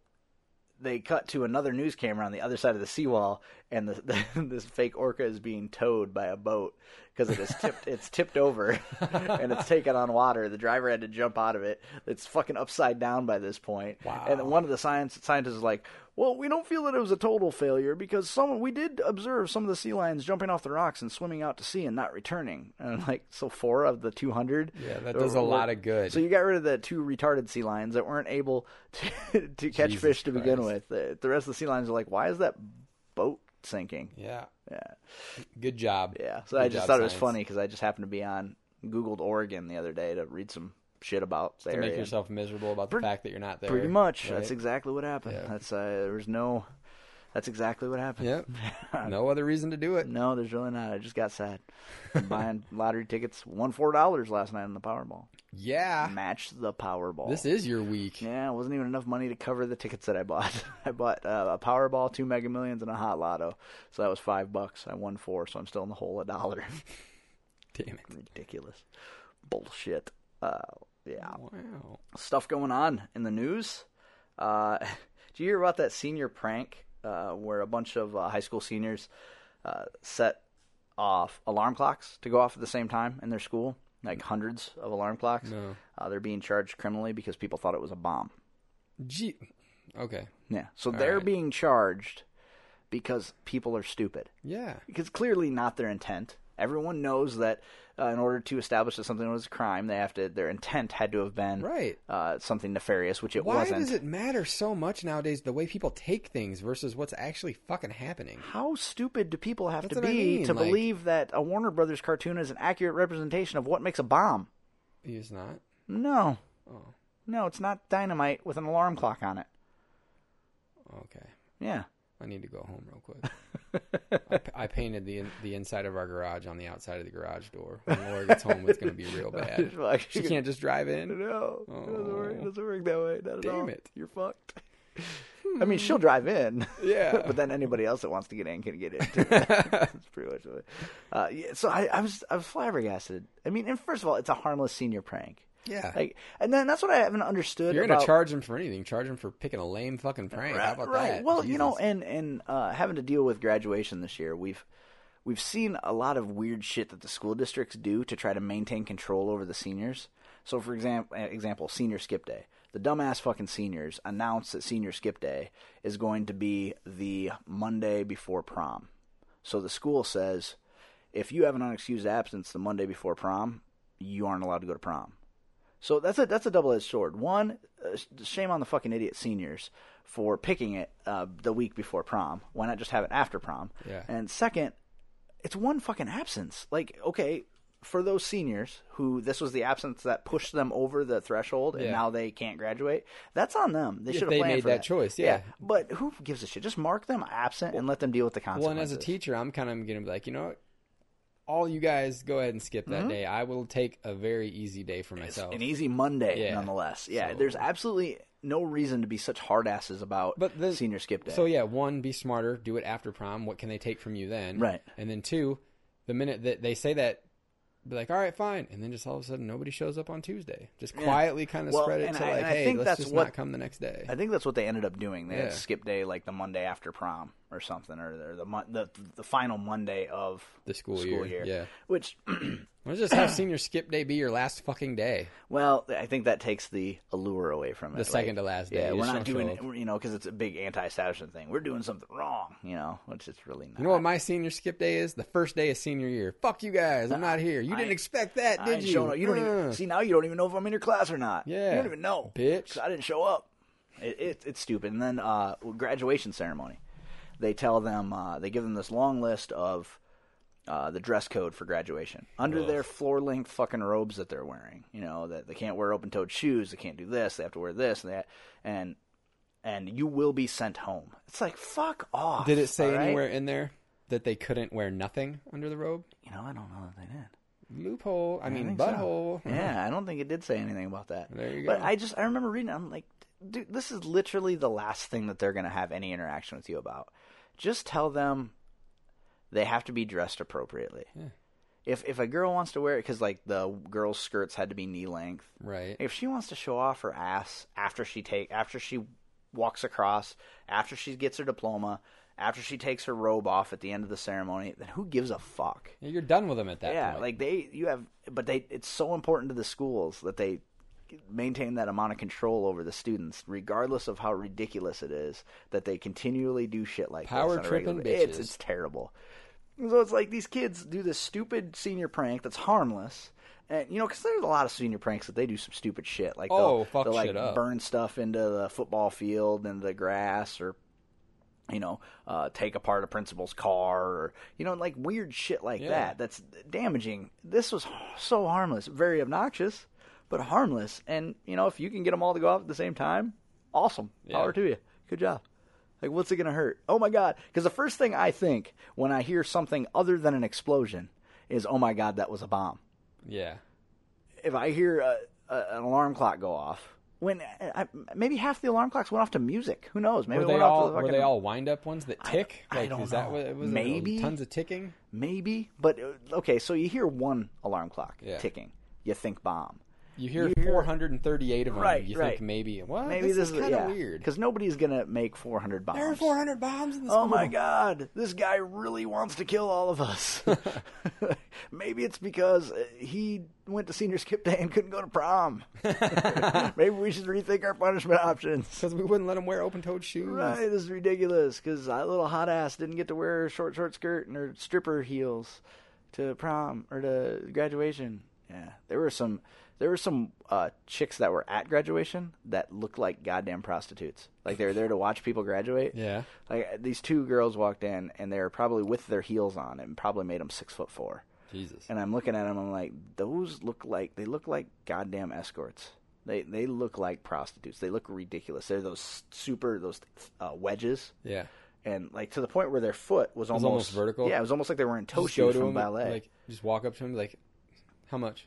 Speaker 2: they cut to another news camera on the other side of the seawall, and the, the, this fake orca is being towed by a boat because it is tipped. it's tipped over, and it's taken on water. The driver had to jump out of it. It's fucking upside down by this point.
Speaker 3: Wow.
Speaker 2: And then one of the science scientists is like. Well, we don't feel that it was a total failure because some we did observe some of the sea lions jumping off the rocks and swimming out to sea and not returning. And like so, four of the two hundred.
Speaker 3: Yeah, that does a lot of good.
Speaker 2: So you got rid of the two retarded sea lions that weren't able to, to catch
Speaker 3: Jesus
Speaker 2: fish to begin
Speaker 3: Christ.
Speaker 2: with. The, the rest of the sea lions are like, why is that boat sinking?
Speaker 3: yeah. Yeah. Good job.
Speaker 2: Yeah. So
Speaker 3: Good
Speaker 2: I just
Speaker 3: job,
Speaker 2: thought it was
Speaker 3: science.
Speaker 2: funny because I just happened to be on googled Oregon the other day to read some shit about the
Speaker 3: to
Speaker 2: area.
Speaker 3: make yourself miserable about the
Speaker 2: Pretty-
Speaker 3: fact that you're not there.
Speaker 2: Pretty much.
Speaker 3: right?
Speaker 2: That's exactly what happened.
Speaker 3: Yeah.
Speaker 2: That's uh, there was no. That's exactly what happened.
Speaker 3: Yep. no other reason to do it.
Speaker 2: No, there's really not. I just got sad. I'm buying lottery tickets, won four dollars last night on the Powerball.
Speaker 3: Yeah.
Speaker 2: Match the Powerball.
Speaker 3: Ah. This is your week.
Speaker 2: Yeah, it wasn't even enough money to cover the tickets that I bought. I bought uh, a Powerball, two Mega Millions, and a Hot Lotto. So that was five bucks. I won four, so I'm still in the hole a dollar.
Speaker 3: Damn it.
Speaker 2: Ridiculous. Bullshit. Uh, yeah.
Speaker 3: Wow.
Speaker 2: Stuff going on in the news. Uh, did you hear about that senior prank uh, where a bunch of uh, high school seniors uh, set off alarm clocks to go off at the same time in their school? like hundreds of alarm clocks.
Speaker 3: No.
Speaker 2: Uh, they're being charged criminally because people thought it was a bomb.
Speaker 3: Gee. Okay.
Speaker 2: Yeah. So they're
Speaker 3: right.
Speaker 2: being charged because people are stupid.
Speaker 3: Yeah.
Speaker 2: Because clearly not their intent. Everyone knows that uh, in order to establish that something was a crime, they have to their intent had to have been
Speaker 3: Right.
Speaker 2: uh, something nefarious, which it
Speaker 3: Why
Speaker 2: wasn't.
Speaker 3: does it matter so much nowadays the way people take things versus what's actually fucking happening?
Speaker 2: How stupid do people have
Speaker 3: That's
Speaker 2: to
Speaker 3: what I
Speaker 2: be
Speaker 3: mean,
Speaker 2: to
Speaker 3: like-
Speaker 2: believe that a Warner Brothers cartoon is an accurate representation of what makes a bomb?
Speaker 3: He's not.
Speaker 2: No.
Speaker 3: Oh.
Speaker 2: No, it's not dynamite with an alarm clock on it.
Speaker 3: Okay.
Speaker 2: Yeah.
Speaker 3: I need to go home real quick. I, p- I painted the in, the inside of our garage on the outside of the garage door. When Laura gets home, it's going to be real bad.
Speaker 2: Like,
Speaker 3: She can't just drive in.
Speaker 2: No, it doesn't work. It
Speaker 3: Oh.
Speaker 2: doesn't work that way. Not at
Speaker 3: Damn
Speaker 2: all.
Speaker 3: it. Hmm.
Speaker 2: You're fucked. I mean, she'll drive in.
Speaker 3: Yeah.
Speaker 2: but then anybody else that wants to get in can get in. Too. That's pretty much it. Uh, yeah, so I, I was I was flabbergasted. I mean, and first of all, it's a harmless senior prank.
Speaker 3: Yeah.
Speaker 2: Like, and then that's what I haven't understood.
Speaker 3: If you're going
Speaker 2: about,
Speaker 3: to charge him for anything. Charge him for picking a lame fucking prank. How about
Speaker 2: right.
Speaker 3: that?
Speaker 2: Well, you know,
Speaker 3: Jesus.
Speaker 2: and and uh, having to deal with graduation this year, we've we've seen a lot of weird shit that the school districts do to try to maintain control over the seniors. So, for example, example, senior skip day. The dumbass fucking seniors announced that senior skip day is going to be the Monday before prom. So the school says, if you have an unexcused absence the Monday before prom, you aren't allowed to go to prom. So that's a that's a double edged sword. One, uh, sh- shame on the fucking idiot seniors for picking it uh, the week before prom. Why not just have it after prom?
Speaker 3: Yeah.
Speaker 2: And second, it's one fucking absence. Like, okay, for those seniors who this was the absence that pushed them over the threshold and
Speaker 3: Yeah.
Speaker 2: now they can't graduate, that's on them. They should have
Speaker 3: they
Speaker 2: planned
Speaker 3: made
Speaker 2: for
Speaker 3: that choice, yeah.
Speaker 2: But who gives a shit? Just mark them absent and let them deal with the consequences.
Speaker 3: Well, and as a teacher, I'm kind of going to be like, you know what? All you guys go ahead and skip that day. I will take a very easy day for myself.
Speaker 2: Mm-hmm. an easy Monday,
Speaker 3: Yeah.
Speaker 2: nonetheless. Yeah,
Speaker 3: So-
Speaker 2: there's absolutely no reason to be such hard asses about
Speaker 3: But the
Speaker 2: senior skip day.
Speaker 3: So yeah, one, be smarter, do it after prom. What can they take from you then?
Speaker 2: Right.
Speaker 3: And then two, the minute that they say that, be like, all right, fine, and then just all of a sudden nobody shows up on Tuesday. Just quietly kind of
Speaker 2: Well,
Speaker 3: spread it
Speaker 2: and
Speaker 3: to
Speaker 2: I-
Speaker 3: like,
Speaker 2: and I
Speaker 3: hey,
Speaker 2: think
Speaker 3: let's
Speaker 2: that's
Speaker 3: just
Speaker 2: what-
Speaker 3: not come the next day.
Speaker 2: I think that's what they ended up doing. They
Speaker 3: Yeah.
Speaker 2: had skip day like the Monday after prom or something, or, or the, mon- the the final Monday of
Speaker 3: The school
Speaker 2: school
Speaker 3: year,
Speaker 2: year.
Speaker 3: yeah.
Speaker 2: Which,
Speaker 3: Let's just have senior skip day be your last fucking day.
Speaker 2: well, I think that takes the allure away from it.
Speaker 3: The second to last day,
Speaker 2: Yeah,
Speaker 3: you
Speaker 2: we're
Speaker 3: just
Speaker 2: not
Speaker 3: don't
Speaker 2: doing
Speaker 3: show
Speaker 2: it, you know, because it's a big anti-establishment thing. We're doing something wrong, you know, which is really not.
Speaker 3: You know what my senior skip day is? The first day of senior year. Fuck you guys, I'm not here. You didn't expect that,
Speaker 2: I
Speaker 3: did
Speaker 2: ain't
Speaker 3: you?
Speaker 2: showing up. You don't even
Speaker 3: Uh.
Speaker 2: see now. You don't even know if I'm in your class or not.
Speaker 3: Yeah.
Speaker 2: you don't even know,
Speaker 3: Bitch.
Speaker 2: 'cause I didn't show up. It, it, it's stupid. And then uh, graduation ceremony, they tell them uh, they give them this long list of uh, the dress code for graduation under their floor length fucking robes that they're wearing. You know that they can't wear open toed shoes. They can't do this. They have to wear this and that. And and you will be sent home. It's like fuck off.
Speaker 3: Did it say
Speaker 2: all right?
Speaker 3: anywhere in there that they couldn't wear nothing under the robe?
Speaker 2: You know, I don't know that they did.
Speaker 3: Loophole. I, mean,
Speaker 2: think so.
Speaker 3: butthole.
Speaker 2: Yeah, I don't think it did say anything about that.
Speaker 3: There you
Speaker 2: But
Speaker 3: go.
Speaker 2: I just I remember reading. it, I'm like, dude, this is literally the last thing that they're going to have any interaction with you about. Just tell them they have to be dressed appropriately. If if a girl wants to wear it, because like the girls' skirts had to be knee length.
Speaker 3: Right.
Speaker 2: If she wants to show off her ass after she take after she walks across, after she gets her diploma, after she takes her robe off at the end of the ceremony, then who gives a fuck?
Speaker 3: Yeah, You're done with them at that
Speaker 2: yeah,
Speaker 3: point.
Speaker 2: like they you have, but they it's so important to the schools that they maintain that amount of control over the students, regardless of how ridiculous it is that they continually do shit like
Speaker 3: Power
Speaker 2: this on a regular
Speaker 3: tripping
Speaker 2: ba- It's
Speaker 3: bitches.
Speaker 2: it's terrible. So it's like these kids do this stupid senior prank that's harmless. And you know, because there's a lot of senior pranks that they do some stupid shit, like
Speaker 3: Oh,
Speaker 2: they'll,
Speaker 3: fuck
Speaker 2: they'll, like
Speaker 3: shit up.
Speaker 2: burn stuff into the football field, into the grass, or you know, uh, take apart a principal's car or, you know, like weird shit like that that's damaging. This was so harmless, very obnoxious, but harmless. And, you know, if you can get them all to go off at the same time, awesome. Power to you. Good job. Like, what's it going to hurt? Oh my God. Because the first thing I think when I hear something other than an explosion is, oh my God, that was a bomb
Speaker 3: yeah.
Speaker 2: if I hear a, a, an alarm clock go off, when I, maybe half the alarm clocks went off to music. Who knows? Maybe
Speaker 3: Were
Speaker 2: it
Speaker 3: they
Speaker 2: went off
Speaker 3: all
Speaker 2: to the
Speaker 3: were
Speaker 2: fucking,
Speaker 3: they all wind up ones that tick?
Speaker 2: I
Speaker 3: Like
Speaker 2: don't
Speaker 3: is that
Speaker 2: know.
Speaker 3: what it was?
Speaker 2: Maybe.
Speaker 3: tons of ticking.
Speaker 2: maybe, but uh, okay. So you hear one alarm clock
Speaker 3: Yeah.
Speaker 2: ticking, you think bomb.
Speaker 3: You hear 438 of them.
Speaker 2: Right,
Speaker 3: you
Speaker 2: right.
Speaker 3: think maybe well,
Speaker 2: Maybe
Speaker 3: this, is, kind of
Speaker 2: yeah.
Speaker 3: weird.
Speaker 2: because nobody's gonna make 400 bombs.
Speaker 3: There are 400 bombs in this.
Speaker 2: Oh my God! This guy really wants to kill all of us. Maybe it's because uh, he went to senior skip day and couldn't go to prom. Maybe we should rethink our punishment options.
Speaker 3: Because we wouldn't let them wear open-toed shoes.
Speaker 2: Right, this is ridiculous because that little hot ass didn't get to wear her short short skirt and her stripper heels to prom or to graduation. Yeah, there were some there were some uh, chicks that were at graduation that looked like goddamn prostitutes. Like they were there to watch people graduate.
Speaker 3: Yeah.
Speaker 2: Like these two girls walked in and they were probably with their heels on and probably made them six foot four.
Speaker 3: Jesus.
Speaker 2: And I'm looking at them. I'm like, those look like they look like goddamn escorts. They they look like prostitutes. They look ridiculous. They're those super those uh, wedges,
Speaker 3: Yeah.
Speaker 2: and like to the point where their foot was almost,
Speaker 3: almost vertical?
Speaker 2: Yeah, it was almost like they were in toe
Speaker 3: Just go
Speaker 2: shoes
Speaker 3: to
Speaker 2: from
Speaker 3: him,
Speaker 2: ballet.
Speaker 3: Like, just walk up to him, like, how much?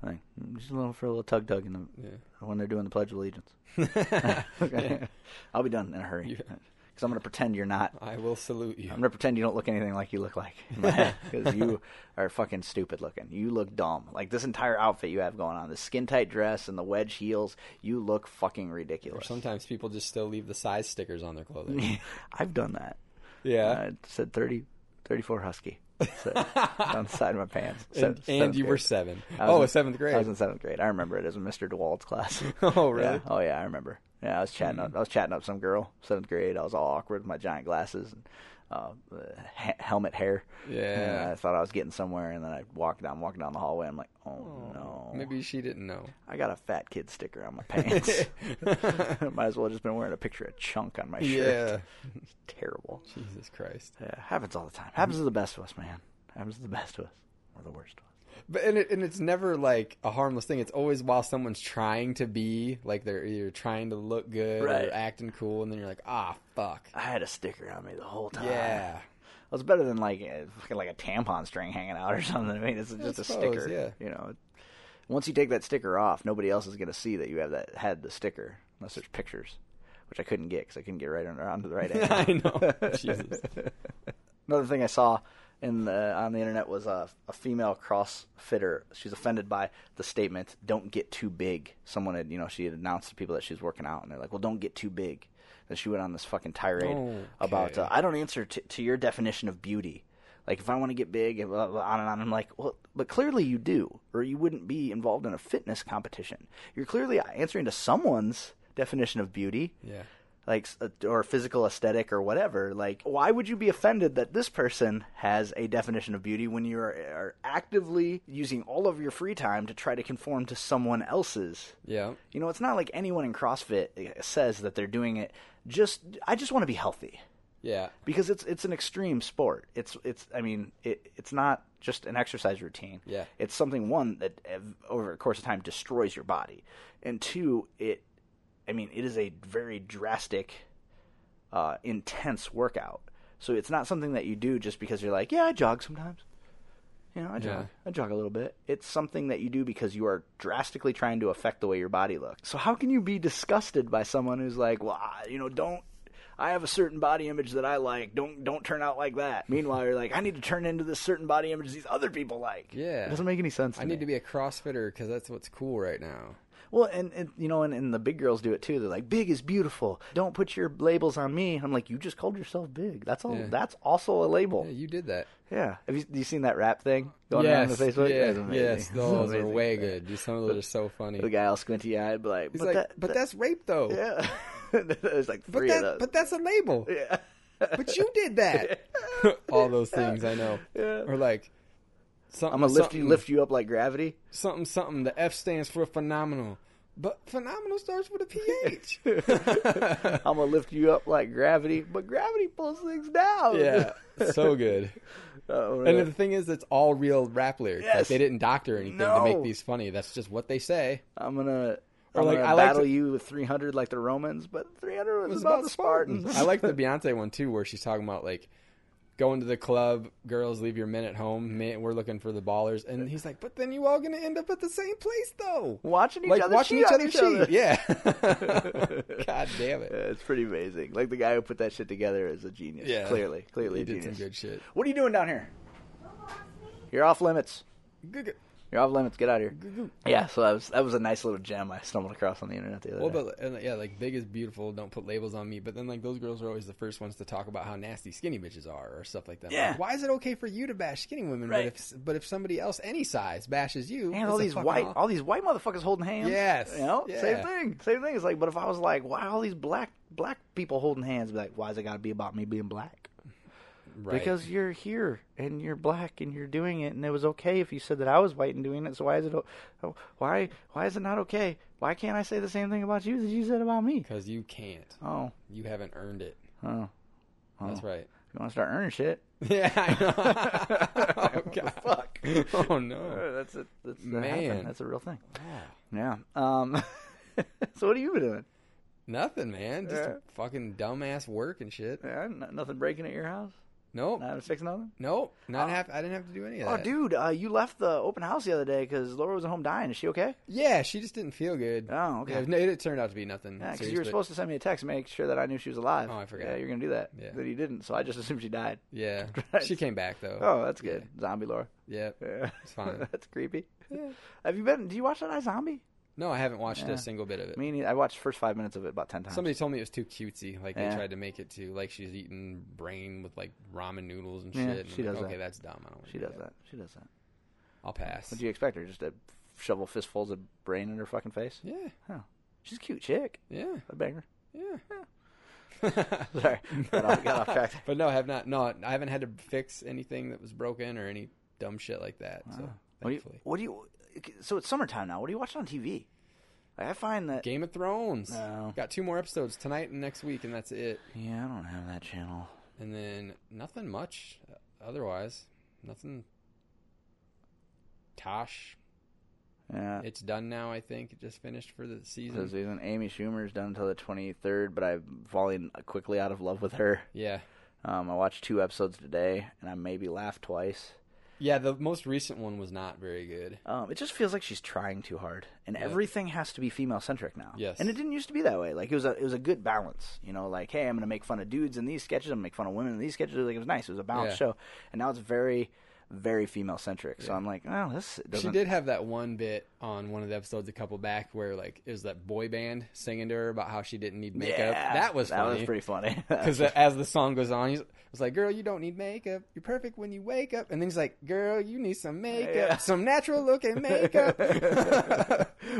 Speaker 2: Like, just a little for a little tug tug in the when they're doing the Pledge of Allegiance. okay. I'll be done in a hurry because I'm going to pretend you're not.
Speaker 3: I will salute you.
Speaker 2: I'm gonna pretend you don't look anything like you look like because you are fucking stupid looking. You look dumb. Like this entire outfit you have going on, the skin tight dress and the wedge heels, you look fucking ridiculous.
Speaker 3: Sometimes people just still leave the size stickers on their clothing.
Speaker 2: I've done that.
Speaker 3: yeah.
Speaker 2: I said 30, 34 husky so, on the side of my pants. Se-
Speaker 3: And, and
Speaker 2: seventh
Speaker 3: you
Speaker 2: grade.
Speaker 3: were seven.
Speaker 2: I was
Speaker 3: Oh,
Speaker 2: in-
Speaker 3: seventh grade.
Speaker 2: I was in seventh grade. I remember it as a Mr. DeWald's class.
Speaker 3: Oh, really?
Speaker 2: Yeah. Oh yeah, I remember. Yeah, I was chatting up. I was chatting up some girl, seventh grade. I was all awkward with my giant glasses and uh, he- helmet hair.
Speaker 3: Yeah.
Speaker 2: And I thought I was getting somewhere, and then I walked down, walking down the hallway. I'm like, oh, no,
Speaker 3: Maybe she didn't know.
Speaker 2: I got a fat kid sticker on my pants. Might as well have just been wearing a picture of chunk on my shirt. Terrible.
Speaker 3: Jesus Christ.
Speaker 2: Yeah, happens all the time. Happens to the best of us, man. Happens to the best of us, or the worst of us.
Speaker 3: But and it, and it's never like a harmless thing. It's always while someone's trying to be like they're either trying to look good
Speaker 2: Right.
Speaker 3: or acting cool, and then you're like, ah, fuck.
Speaker 2: I had a sticker on me the whole time.
Speaker 3: Yeah.
Speaker 2: Well, it's better than like a, fucking like a tampon string hanging out or something. I mean, it's just a
Speaker 3: suppose,
Speaker 2: sticker.
Speaker 3: yeah.
Speaker 2: You know, once you take that sticker off, nobody else is going to see that you have that had the sticker unless there's pictures, which I couldn't get because I couldn't get right under onto the right angle.
Speaker 3: I know. Jesus.
Speaker 2: Another thing I saw in the, on the internet was a, a female CrossFitter. She's offended by the statement "Don't get too big." Someone had, you know, she had announced to people that she was working out, and they're like, "Well, don't get too big." Then she went on this fucking tirade about, uh, "I don't answer t- to your definition of beauty." Like if I want to get big and blah, blah, on and on, I'm like, well, but clearly you do, or you wouldn't be involved in a fitness competition. You're clearly answering to someone's definition of beauty
Speaker 3: Yeah.
Speaker 2: like s- uh, or physical aesthetic or whatever like why would you be offended that this person has a definition of beauty when you are, are actively using all of your free time to try to conform to someone else's
Speaker 3: Yeah.
Speaker 2: you know it's not like anyone in crossfit eh, says that they're doing it just i just want to be healthy
Speaker 3: Yeah.
Speaker 2: because it's it's an extreme sport. It's it's I mean it it's not just an exercise routine.
Speaker 3: Yeah.
Speaker 2: it's something one that eh, over a course of time destroys your body, and two it, I mean it is a very drastic, uh, intense workout. So it's not something that you do just because you're like yeah I jog sometimes. You know, I jog.
Speaker 3: Yeah.
Speaker 2: I jog a little bit. It's something that you do because you are drastically trying to affect the way your body looks. So how can you be disgusted by someone who's like, well, I, you know, don't. I have a certain body image that I like. Don't don't turn out like that. Meanwhile, you're like, I need to turn into this certain body image these other people like.
Speaker 3: Yeah.
Speaker 2: it doesn't make any sense. To
Speaker 3: I
Speaker 2: me.
Speaker 3: need to be a CrossFitter because that's what's cool right now.
Speaker 2: Well, and, and you know, and, and the big girls do it too. They're like, "Big is beautiful. Don't put your labels on me." I'm like, "You just called yourself big. That's all. That's also a label."
Speaker 3: Yeah, you did that.
Speaker 2: Yeah. Have you, you seen that rap thing going around on
Speaker 3: yes.
Speaker 2: Facebook?
Speaker 3: Yeah,
Speaker 2: It's amazing.
Speaker 3: yes.
Speaker 2: It's
Speaker 3: Those are
Speaker 2: amazing.
Speaker 3: way good. Dude, some of those are so funny.
Speaker 2: The guy all squinty eyed, but like,
Speaker 3: He's
Speaker 2: but
Speaker 3: like,
Speaker 2: that,
Speaker 3: but that's rape though.
Speaker 2: yeah. There's like
Speaker 3: But
Speaker 2: three
Speaker 3: that,
Speaker 2: of those.
Speaker 3: but that's a label. but you did that. All those things I know. Or like, something,
Speaker 2: I'm gonna lift you,
Speaker 3: something-
Speaker 2: lift you up like gravity.
Speaker 3: something something. The F stands for phenomenal, but phenomenal starts with a PH.
Speaker 2: I'm gonna lift you up like gravity, but gravity pulls things down.
Speaker 3: yeah, so good.
Speaker 2: Oh,
Speaker 3: And the thing is, it's all real rap lyrics. Like,
Speaker 2: Yes.
Speaker 3: they didn't doctor anything
Speaker 2: No.
Speaker 3: to make these funny. That's just what they say.
Speaker 2: I'm gonna.
Speaker 3: Or
Speaker 2: I'm
Speaker 3: like,
Speaker 2: gonna
Speaker 3: I like
Speaker 2: battle
Speaker 3: to-
Speaker 2: you with 300 like the Romans, but 300 was, about, the Spartans.
Speaker 3: I like the Beyonce one too, where she's talking about like going to the club, girls leave your men at home. Men, we're looking for the ballers, and he's like, "But then you all gonna end up at the same place though,
Speaker 2: watching each
Speaker 3: like
Speaker 2: other
Speaker 3: watching
Speaker 2: cheat
Speaker 3: each
Speaker 2: on
Speaker 3: other cheat." Yeah. God damn it.
Speaker 2: Yeah, it's pretty amazing. Like the guy who put that shit together is a genius.
Speaker 3: Yeah.
Speaker 2: Clearly, clearly
Speaker 3: He
Speaker 2: a
Speaker 3: did
Speaker 2: genius.
Speaker 3: some good shit.
Speaker 2: What are you doing down here? You're off limits.
Speaker 3: Good, good.
Speaker 2: You're off limits. Get out of here. Yeah, so that was that was a nice little gem I stumbled across on the internet the other
Speaker 3: Well,
Speaker 2: day.
Speaker 3: but and, yeah, like big is beautiful. Don't put labels on me. But then like those girls are always the first ones to talk about how nasty skinny bitches are or stuff like that.
Speaker 2: Yeah.
Speaker 3: Like, why is it okay for you to bash skinny women,
Speaker 2: Right.
Speaker 3: but if but if somebody else any size bashes you,
Speaker 2: And
Speaker 3: it's
Speaker 2: all
Speaker 3: a
Speaker 2: these
Speaker 3: fucking
Speaker 2: white,
Speaker 3: aw-
Speaker 2: all these white motherfuckers holding hands.
Speaker 3: Yes,
Speaker 2: you know, same
Speaker 3: yeah.
Speaker 2: thing, same thing. It's like, but if I was like, why all these black black people holding hands? Be like, why's it got to be about me being black?
Speaker 3: right.
Speaker 2: Because you're here and you're black and you're doing it, and it was okay if you said that I was white and doing it. So why is it, o- oh, why why is it not okay? Why can't I say the same thing about you that you said about me?
Speaker 3: because you can't.
Speaker 2: Oh,
Speaker 3: You haven't earned it.
Speaker 2: Oh.
Speaker 3: That's right.
Speaker 2: you want to start earning shit?
Speaker 3: Yeah. I know. oh, God.
Speaker 2: Fuck.
Speaker 3: Oh no.
Speaker 2: Uh, That's a that's that
Speaker 3: Man.
Speaker 2: happened. That's a real thing. Yeah. Um. so what have you been doing?
Speaker 3: Nothing, man. Just fucking dumbass work and shit.
Speaker 2: Yeah, n- nothing breaking at your house.
Speaker 3: Nope.
Speaker 2: Not fixing nothing.
Speaker 3: nope. Not have. I didn't have to do any of
Speaker 2: Oh,
Speaker 3: that.
Speaker 2: dude, uh, you left the open house the other day because Laura was at home dying. Is she okay?
Speaker 3: Yeah, she just didn't feel good.
Speaker 2: Oh, okay.
Speaker 3: Yeah, no, it, it turned out to be nothing.
Speaker 2: Yeah, because
Speaker 3: serious,
Speaker 2: you were
Speaker 3: but-
Speaker 2: supposed to send me a text, make sure that I knew she was alive.
Speaker 3: Oh, I forgot.
Speaker 2: Yeah, you're gonna do that.
Speaker 3: Yeah.
Speaker 2: Then you didn't, so I just assumed she died.
Speaker 3: Yeah, she came back though.
Speaker 2: Oh, that's good. Zombie Laura.
Speaker 3: Yeah,
Speaker 2: Yeah.
Speaker 3: it's fine.
Speaker 2: that's creepy. Have you been? Do you watch that Zombie?
Speaker 3: No, I haven't watched a single bit of it.
Speaker 2: Me, neither. I watched the first five minutes of it about ten times.
Speaker 3: Somebody told me it was too cutesy. Like
Speaker 2: Yeah.
Speaker 3: they tried to make it too like she's eating brain with like ramen noodles and shit.
Speaker 2: Yeah,
Speaker 3: and
Speaker 2: she
Speaker 3: I'm like,
Speaker 2: does that.
Speaker 3: Okay, that's dumb. I don't. wanna
Speaker 2: she
Speaker 3: do
Speaker 2: does that. She does that.
Speaker 3: I'll pass.
Speaker 2: What do you expect her? Just to shovel fistfuls of brain in her fucking face?
Speaker 3: Yeah,
Speaker 2: She's a cute chick.
Speaker 3: yeah,
Speaker 2: A banger.
Speaker 3: yeah.
Speaker 2: Sorry, got off, got off track.
Speaker 3: But no, I have not. No, I haven't had to fix anything that was broken or any dumb shit like that. So
Speaker 2: What do you?
Speaker 3: thankfully,
Speaker 2: What do you? So it's summertime now. What do you watch on TV? Like, I find that.
Speaker 3: Game of Thrones.
Speaker 2: No.
Speaker 3: Got two more episodes tonight and next week, and that's it.
Speaker 2: Yeah, I don't have that channel.
Speaker 3: And then nothing much uh, otherwise. Nothing. Tosh.
Speaker 2: Yeah.
Speaker 3: It's done now, I think. It just finished for the
Speaker 2: So
Speaker 3: season.
Speaker 2: season Amy Schumer's done until the twenty third, but I'm falling quickly out of love with her.
Speaker 3: Yeah.
Speaker 2: Um, I watched two episodes today, and I maybe laughed twice.
Speaker 3: Yeah, the most recent one was not very good.
Speaker 2: Um, it just feels like she's trying too hard, and everything has to be female centric now.
Speaker 3: Yes.
Speaker 2: and it didn't used to be that way. Like it was a it was a good balance, you know. Like hey, I'm going to make fun of dudes in these sketches. I'm going to make fun of women in these sketches. Like it was nice. It was a balanced
Speaker 3: Yeah.
Speaker 2: show, and now it's very very female centric. So I'm like, oh, this
Speaker 3: She
Speaker 2: doesn't.
Speaker 3: did have that one bit on one of the episodes a couple back where like it was that boy band singing to her about how she didn't need makeup.
Speaker 2: Yeah,
Speaker 3: that was
Speaker 2: that
Speaker 3: funny.
Speaker 2: was pretty funny.
Speaker 3: Because as the song goes on, he's it's like, "Girl, you don't need makeup. You're perfect when you wake up." And then he's like, "Girl, you need some makeup, some natural looking makeup."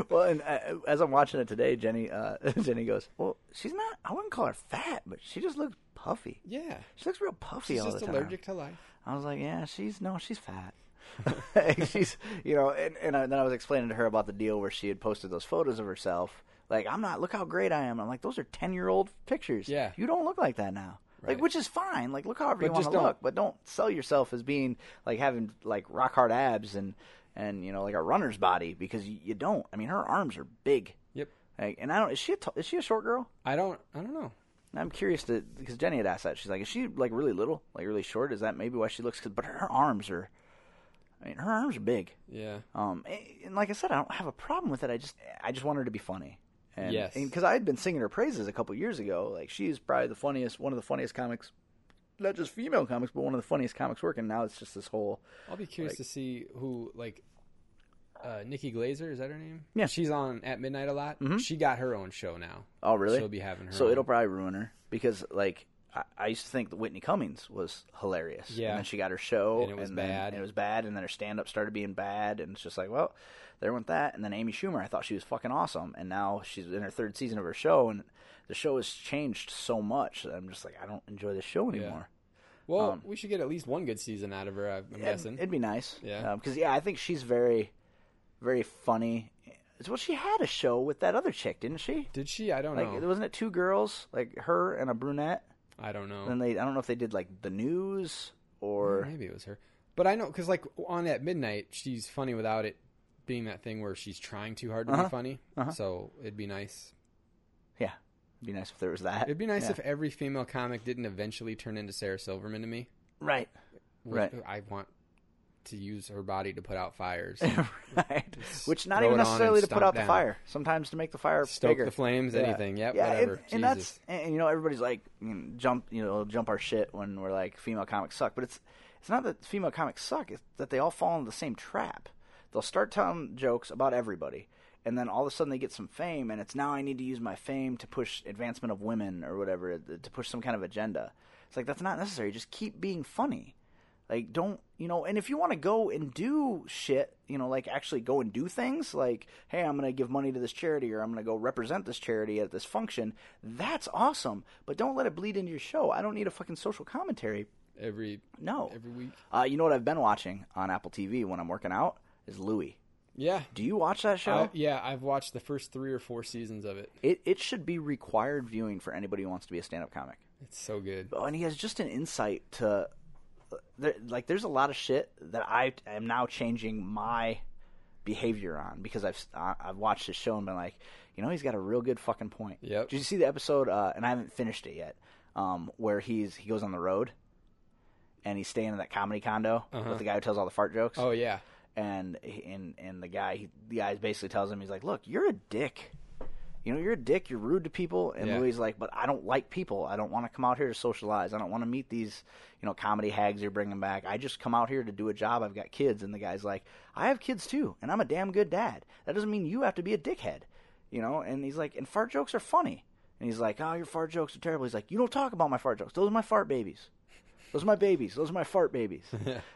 Speaker 2: well, and uh, as I'm watching it today, Jenny uh, Jenny goes, well, she's not. I wouldn't call her fat, but she just looks puffy.
Speaker 3: yeah,
Speaker 2: She looks real puffy
Speaker 3: she's
Speaker 2: all
Speaker 3: just
Speaker 2: the time.
Speaker 3: allergic to life.
Speaker 2: I was like, yeah, she's no, she's fat. she's, you know, and, and I, then I was explaining to her about the deal where she had posted those photos of herself. Like, I'm not, look how great I am. I'm like, those are 10 year old pictures.
Speaker 3: Yeah.
Speaker 2: You don't look like that now. Like,
Speaker 3: Right.
Speaker 2: which is fine. Like, look however you want
Speaker 3: just
Speaker 2: to
Speaker 3: don't-
Speaker 2: look, but don't sell yourself as being like having like rock hard abs and, and, you know, like a runner's body because you, you don't. I mean, her arms are big.
Speaker 3: Yep.
Speaker 2: Like, and I don't, is she a, t- is she a short girl?
Speaker 3: I don't. I don't know.
Speaker 2: I'm curious to because Jenny had asked that. She's like, is she like really little, like really short? Is that maybe why she looks? Cause, but her arms are, I mean, her arms are big.
Speaker 3: Yeah.
Speaker 2: Um, and, and like I said, I don't have a problem with it. I just, I just want her to be funny. And,
Speaker 3: Yes.
Speaker 2: Because I had been singing her praises a couple years ago. Like she's probably the funniest, one of the funniest comics, not just female comics, but one of the funniest comics working. Now it's just this whole.
Speaker 3: I'll be curious to see who like uh Nikki Glazer, is that her name?
Speaker 2: Yeah. Mm-hmm.
Speaker 3: She's on at midnight a lot. She got her own show now.
Speaker 2: Oh, really?
Speaker 3: She'll be having her
Speaker 2: So
Speaker 3: own.
Speaker 2: it'll probably ruin her because like. I- I used to think that Whitney Cummings was hilarious.
Speaker 3: Yeah.
Speaker 2: And then she got her show.
Speaker 3: And it was
Speaker 2: then
Speaker 3: bad.
Speaker 2: It was bad. And then her stand up started being bad. And it's just like, well, there went that. And then Amy Schumer, I thought she was fucking awesome. And now she's in her third season of her show. And the show has changed so much that I'm just like, I don't enjoy this show anymore.
Speaker 3: Well,
Speaker 2: Um,
Speaker 3: we should get at least one good season out of her, I'm guessing.
Speaker 2: It'd be nice.
Speaker 3: Yeah.
Speaker 2: Because, yeah, I think she's very, very funny. It's- Well, she had a show with that other chick, didn't she?
Speaker 3: Did she? I don't
Speaker 2: Like,
Speaker 3: know.
Speaker 2: wasn't it two girls? Like, her and a brunette?
Speaker 3: I don't know.
Speaker 2: Then they, I don't know if they did like the news or
Speaker 3: Maybe it was her. But I know because like on at midnight, she's funny without it being that thing where she's trying too hard to
Speaker 2: Uh-huh.
Speaker 3: be funny. So it'd be nice.
Speaker 2: yeah. It'd be nice if there was that.
Speaker 3: It'd be nice
Speaker 2: Yeah.
Speaker 3: if every female comic didn't eventually turn into Sarah Silverman to me.
Speaker 2: right,
Speaker 3: Which
Speaker 2: Right.
Speaker 3: I want to use her body to put out fires.
Speaker 2: right. Which not
Speaker 3: throw
Speaker 2: even
Speaker 3: it on
Speaker 2: necessarily
Speaker 3: and
Speaker 2: to put
Speaker 3: stomp
Speaker 2: out the
Speaker 3: down.
Speaker 2: fire. Sometimes to make the fire
Speaker 3: Stoke
Speaker 2: bigger.
Speaker 3: the flames,
Speaker 2: Yeah.
Speaker 3: anything. Yep,
Speaker 2: yeah,
Speaker 3: whatever.
Speaker 2: And,
Speaker 3: Jesus.
Speaker 2: and that's and and, you know everybody's like you know, jump you know jump our shit when we're like female comics suck, but it's it's not that female comics suck. It's that they all fall into the same trap. They'll start telling jokes about everybody, and then all of a sudden they get some fame, and it's now I need to use my fame to push advancement of women or whatever, th- to push some kind of agenda. It's like that's not necessary. Just keep being funny. Like, don't, you know, and if you want to go and do shit, you know, like actually go and do things, like, hey, I'm going to give money to this charity or I'm going to go represent this charity at this function, that's awesome. But don't let it bleed into your show. I don't need a fucking social commentary.
Speaker 3: every
Speaker 2: No.
Speaker 3: every week.
Speaker 2: Uh, you know what I've been watching on Apple TV when I'm working out? Is Louie.
Speaker 3: Yeah,
Speaker 2: Do you watch that show?
Speaker 3: I- yeah. I've watched the first three or four seasons of it.
Speaker 2: it, it should be required viewing for anybody who wants to be a stand up comic.
Speaker 3: It's so good.
Speaker 2: Oh, and he has just an insight to uh, there, like there's a lot of shit that I am now changing my behavior on because I've I- I've watched his show and been like, you know, he's got a real good fucking point.
Speaker 3: Yep.
Speaker 2: Did you see the episode? Uh, and I haven't finished it yet. Um, where he's he goes on the road, and he's staying in that comedy condo with the guy who tells all the fart jokes
Speaker 3: Uh-huh. Oh yeah,
Speaker 2: and and and the guy he, the guy basically tells him he's like, "Look, you're a dick. You know, you're a dick. You're rude to people." And
Speaker 3: Yeah.
Speaker 2: Louis is like, "But I don't like people. I don't want to come out here to socialize. I don't want to meet these, you know, comedy hags you're bringing back. I just come out here to do a job. I've got kids." And the guy's like, "I have kids too, and I'm a damn good dad. That doesn't mean you have to be a dickhead." You know, and he's like, "And fart jokes are funny." And he's like, "Oh, your fart jokes are terrible." He's like, "You don't talk about my fart jokes. Those are my fart babies." Those are my babies. Those are my fart babies.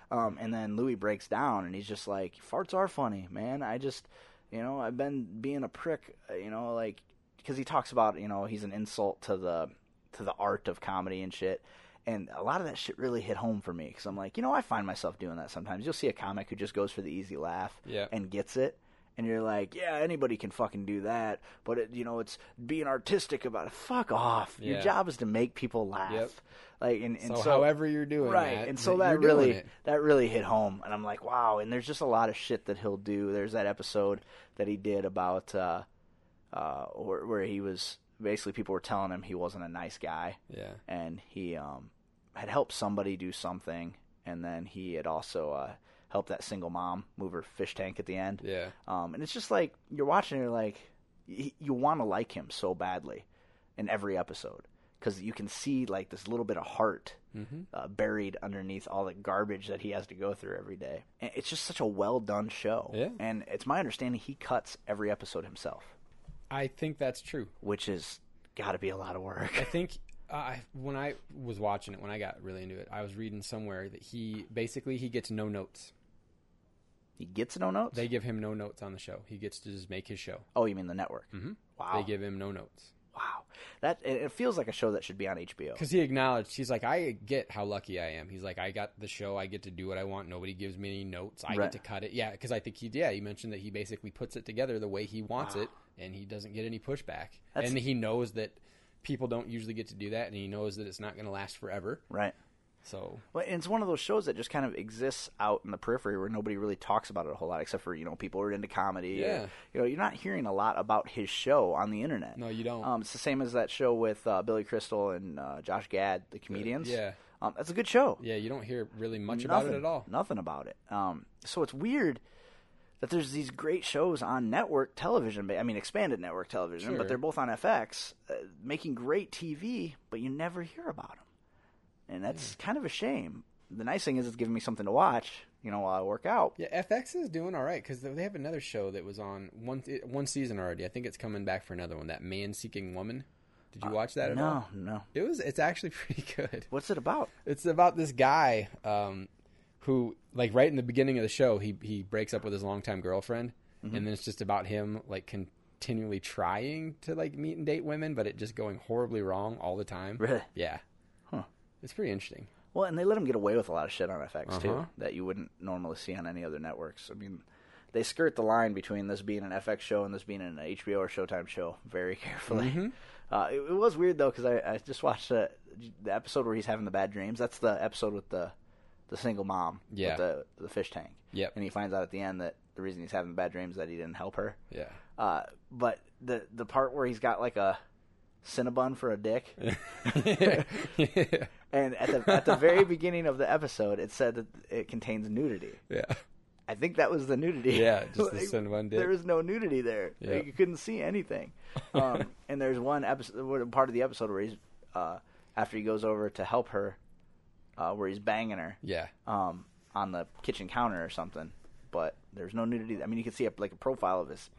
Speaker 2: um, and then Louis breaks down and he's just like, farts are funny, man. I just, you know, I've been being a prick, uh, you know, like, because he talks about, you know, he's an insult to the to the art of comedy and shit. And a lot of that shit really hit home for me because I'm like, you know, I find myself doing that sometimes. You'll see a comic who just goes for the easy laugh
Speaker 3: Yeah.
Speaker 2: and gets it. And you're like, yeah, anybody can fucking do that, but it, you know, it's being artistic about it. Fuck off. Your
Speaker 3: Yeah.
Speaker 2: job is to make people laugh.
Speaker 3: Yep.
Speaker 2: Like, and, and
Speaker 3: So however you're doing
Speaker 2: right
Speaker 3: that,
Speaker 2: and so
Speaker 3: th-
Speaker 2: that
Speaker 3: you're doing
Speaker 2: really
Speaker 3: it.
Speaker 2: that really hit home and i'm like wow and there's just a lot of shit that he'll do there's that episode that he did about uh uh where, where he was basically people were telling him he wasn't a nice guy
Speaker 3: yeah.
Speaker 2: and he um had helped somebody do something and then he had also uh helped that single mom move her fish tank at the end
Speaker 3: Yeah.
Speaker 2: um, and it's just like you're watching, you're like, y- you want to like him so badly in every episode because you can see like this little bit of heart
Speaker 3: Mm-hmm.
Speaker 2: uh, buried underneath all the garbage that he has to go through every day. And it's just such a well done show.
Speaker 3: Yeah.
Speaker 2: And it's my understanding he cuts every episode himself,
Speaker 3: I think that's true.
Speaker 2: which is got to be a lot of
Speaker 3: I
Speaker 2: work.
Speaker 3: think uh, I- when I was watching it, when I got really into it, I was reading somewhere that he basically he gets no notes.
Speaker 2: he gets no notes.
Speaker 3: They give him no notes on the show. He gets to just make his show.
Speaker 2: oh, you mean the network? Mm-hmm. Wow.
Speaker 3: They give him no notes
Speaker 2: wow. That it it feels like a show that should be on HBO.
Speaker 3: because he acknowledged he's like, I get how lucky I am. He's like, I got the show. I get to do what I want. Nobody gives me any notes. I
Speaker 2: Right.
Speaker 3: get to cut it. Yeah, because I think he yeah he mentioned that he basically puts it together the way he wants it, and he doesn't get any pushback.
Speaker 2: That's-
Speaker 3: and he knows that people don't usually get to do that, and he knows that it's not going to last forever.
Speaker 2: Right.
Speaker 3: So
Speaker 2: Well, and it's one of those shows that just kind of exists out in the periphery where nobody really talks about it a whole lot, except for you know people who are into comedy. or-
Speaker 3: Yeah.
Speaker 2: you know, you're not hearing a lot about his show on the internet.
Speaker 3: No, you don't.
Speaker 2: Um, it's the same as that show with uh, Billy Crystal and uh, Josh Gad, the comedians.
Speaker 3: Yeah.
Speaker 2: um, that's a good show.
Speaker 3: yeah, you don't hear really much
Speaker 2: nothing
Speaker 3: about it at all.
Speaker 2: Nothing about it. Um, so it's weird that there's these great shows on network television. ba- I mean, expanded network television, but
Speaker 3: Sure.
Speaker 2: they're both on FX, uh, making great TV, but you never hear about them and that's kind of a shame. The nice thing is it's giving me something to watch, you know, while I work out.
Speaker 3: Yeah, FX is doing all right because they have another show that was on one it- one season already. I think it's coming back for another one. That Man Seeking Woman. Did you watch that at
Speaker 2: Uh, No,
Speaker 3: all?
Speaker 2: no.
Speaker 3: It was. It's actually pretty good.
Speaker 2: What's it about?
Speaker 3: It's about this guy um, who, like, right in the beginning of the show, he he breaks up with his longtime girlfriend,
Speaker 2: Mm-hmm.
Speaker 3: and then it's just about him like continually trying to like meet and date women, but it just going horribly wrong all the time.
Speaker 2: Really?
Speaker 3: Yeah. It's pretty interesting.
Speaker 2: Well, and they let them get away with a lot of shit on FX too
Speaker 3: Uh-huh.
Speaker 2: that you wouldn't normally see on any other networks. I mean, they skirt the line between this being an FX show and this being an HBO or Showtime show very carefully.
Speaker 3: Mm-hmm.
Speaker 2: Uh, it, it was weird though because I, I just watched the, the episode where he's having the bad dreams. That's the episode with the the single mom
Speaker 3: Yeah.
Speaker 2: with the the fish tank.
Speaker 3: Yep.
Speaker 2: And he finds out at the end that the reason he's having bad dreams is that he didn't help her.
Speaker 3: Yeah.
Speaker 2: Uh, but the the part where he's got like a Cinnabon for a dick, and at the at the very beginning of the episode, it said that it contains nudity.
Speaker 3: Yeah.
Speaker 2: I think that was the nudity.
Speaker 3: Yeah, just the Cinnabon dick.
Speaker 2: There was no nudity there.
Speaker 3: Yeah.
Speaker 2: Like, you couldn't see anything. Um, and there's one episode, one part of the episode where he's uh, after he goes over to help her, uh, where he's banging her
Speaker 3: Yeah.
Speaker 2: um, on the kitchen counter or something. but there's no nudity. I mean, you can see a, like a profile of his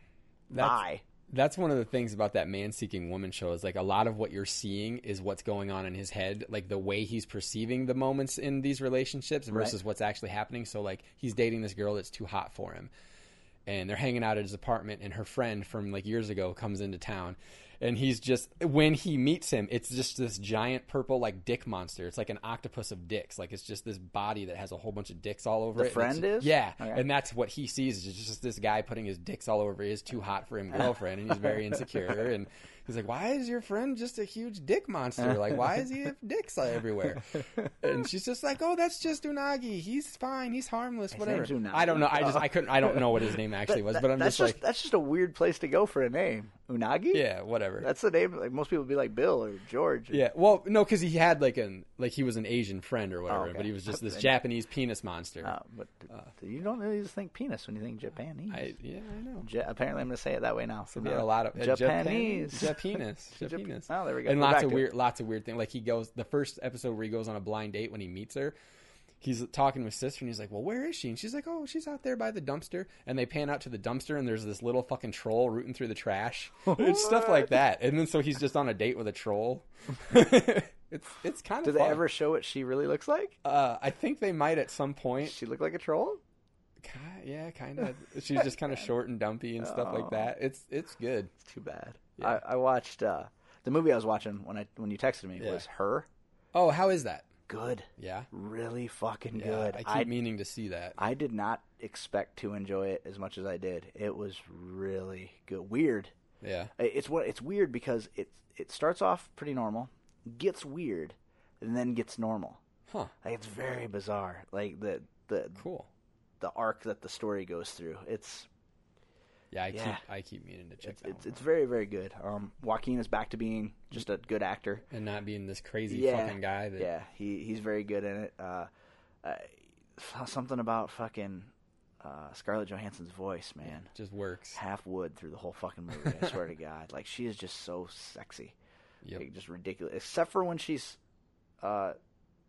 Speaker 3: That's-
Speaker 2: thigh.
Speaker 3: that's one of the things about that man seeking woman show is like a lot of what you're seeing is what's going on in his head like the way he's perceiving the moments in these relationships versus what's actually happening so like he's dating this girl that's too hot for him and they're hanging out at his apartment and her friend from like years ago comes into town and he's just when he meets him it's just this giant purple like dick monster it's like an octopus of dicks like it's just this body that has a whole bunch of dicks all over
Speaker 2: The
Speaker 3: it and it's-
Speaker 2: friend is?
Speaker 3: yeah
Speaker 2: Okay.
Speaker 3: and that's what he sees is just this guy putting his dicks all over his too hot for him girlfriend and he's very insecure and he's like why is your friend just a huge dick monster like why is he have dicks everywhere and she's just like oh that's just unagi he's fine he's harmless whatever
Speaker 2: name's Unagi.
Speaker 3: i don't know i just i couldn't i don't know what his name actually was but i'm
Speaker 2: that's
Speaker 3: just like
Speaker 2: that's just a weird place to go for a name. Unagi.
Speaker 3: yeah whatever
Speaker 2: that's the name. Like most people would be like Bill or George. or-
Speaker 3: yeah, well, no, because he had like an like he was an Asian friend or whatever,
Speaker 2: Oh, okay.
Speaker 3: but he was just this
Speaker 2: Then-
Speaker 3: Japanese penis monster.
Speaker 2: Uh, but th- you don't really just think penis when you think Japanese.
Speaker 3: uh, I, yeah, I know.
Speaker 2: Ja- apparently, I'm going to say it that way now. So
Speaker 3: We had a lot of uh,
Speaker 2: Japanese.
Speaker 3: Japanese,
Speaker 2: Jap-
Speaker 3: Japanese.
Speaker 2: Oh, there we go.
Speaker 3: And
Speaker 2: We're back
Speaker 3: lots of
Speaker 2: to it.
Speaker 3: weird, lots of weird things. Like he goes the first episode where he goes on a blind date when he meets her. He's talking with sister and he's like, "Well, where is she?" And she's like, "Oh, she's out there by the dumpster." And they pan out to the dumpster and there's this little fucking troll rooting through the trash. it's stuff like that. And then so he's just on a date with a troll. it's it's kind
Speaker 2: Do
Speaker 3: of.
Speaker 2: they
Speaker 3: fun.
Speaker 2: ever show what she really looks like?
Speaker 3: Uh, I think they might at some point.
Speaker 2: She look like a troll?
Speaker 3: Ki- Yeah, kind of. She's just kind of short and dumpy and stuff
Speaker 2: Oh.
Speaker 3: like that. It's it's good.
Speaker 2: It's too bad. I, I watched uh, the movie I was watching when I when you texted me
Speaker 3: Yeah.
Speaker 2: was her.
Speaker 3: Oh, how is that?
Speaker 2: Good,
Speaker 3: Yeah.
Speaker 2: really fucking
Speaker 3: Yeah,
Speaker 2: good.
Speaker 3: I keep
Speaker 2: I
Speaker 3: meaning to see that.
Speaker 2: I did not expect to enjoy it as much as I did. It was really good. Weird.
Speaker 3: Yeah.
Speaker 2: I- It's what it's weird because it it starts off pretty normal, gets weird, and then gets normal.
Speaker 3: Huh.
Speaker 2: Like it's very bizarre. Like the the
Speaker 3: Cool.
Speaker 2: the arc that the story goes through. It's
Speaker 3: Yeah, I
Speaker 2: Yeah.
Speaker 3: keep I keep meaning to check
Speaker 2: it's
Speaker 3: that
Speaker 2: it's,
Speaker 3: one
Speaker 2: it's very very good. Um, Joaquin is back to being just a good actor.
Speaker 3: out. and not being this crazy
Speaker 2: yeah,
Speaker 3: fucking guy that
Speaker 2: yeah, he he's very good in it. Uh, uh, something about fucking uh, Scarlett Johansson's voice, man.
Speaker 3: just works.
Speaker 2: half wood through the whole fucking movie. I swear to God, like she is just so sexy,
Speaker 3: Yep.
Speaker 2: like, just ridiculous. Except for when she's, uh,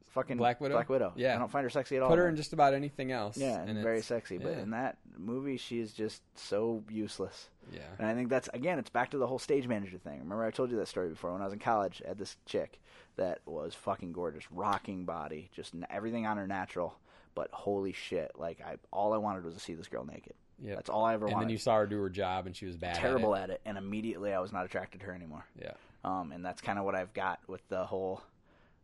Speaker 2: fucking
Speaker 3: Black Widow?
Speaker 2: Black Widow.
Speaker 3: Yeah.
Speaker 2: I don't find her sexy at all.
Speaker 3: Put her in just about anything else.
Speaker 2: yeah, and, very
Speaker 3: it's-
Speaker 2: sexy. But
Speaker 3: yeah,
Speaker 2: in that movie, she is just so useless.
Speaker 3: yeah.
Speaker 2: And I think that's again, it's back to the whole stage manager thing. Remember, I told you that story before. When I was in college, I had this chick that was fucking gorgeous, rocking body, just n- everything on her natural. But holy shit, like I, all I wanted was to see this girl naked.
Speaker 3: Yep.
Speaker 2: That's all I ever
Speaker 3: And
Speaker 2: wanted
Speaker 3: then you saw her do her job and she was bad.
Speaker 2: terrible at it, and immediately I was not attracted to her anymore.
Speaker 3: At it.
Speaker 2: Um, and that's kind of what I've got with the whole,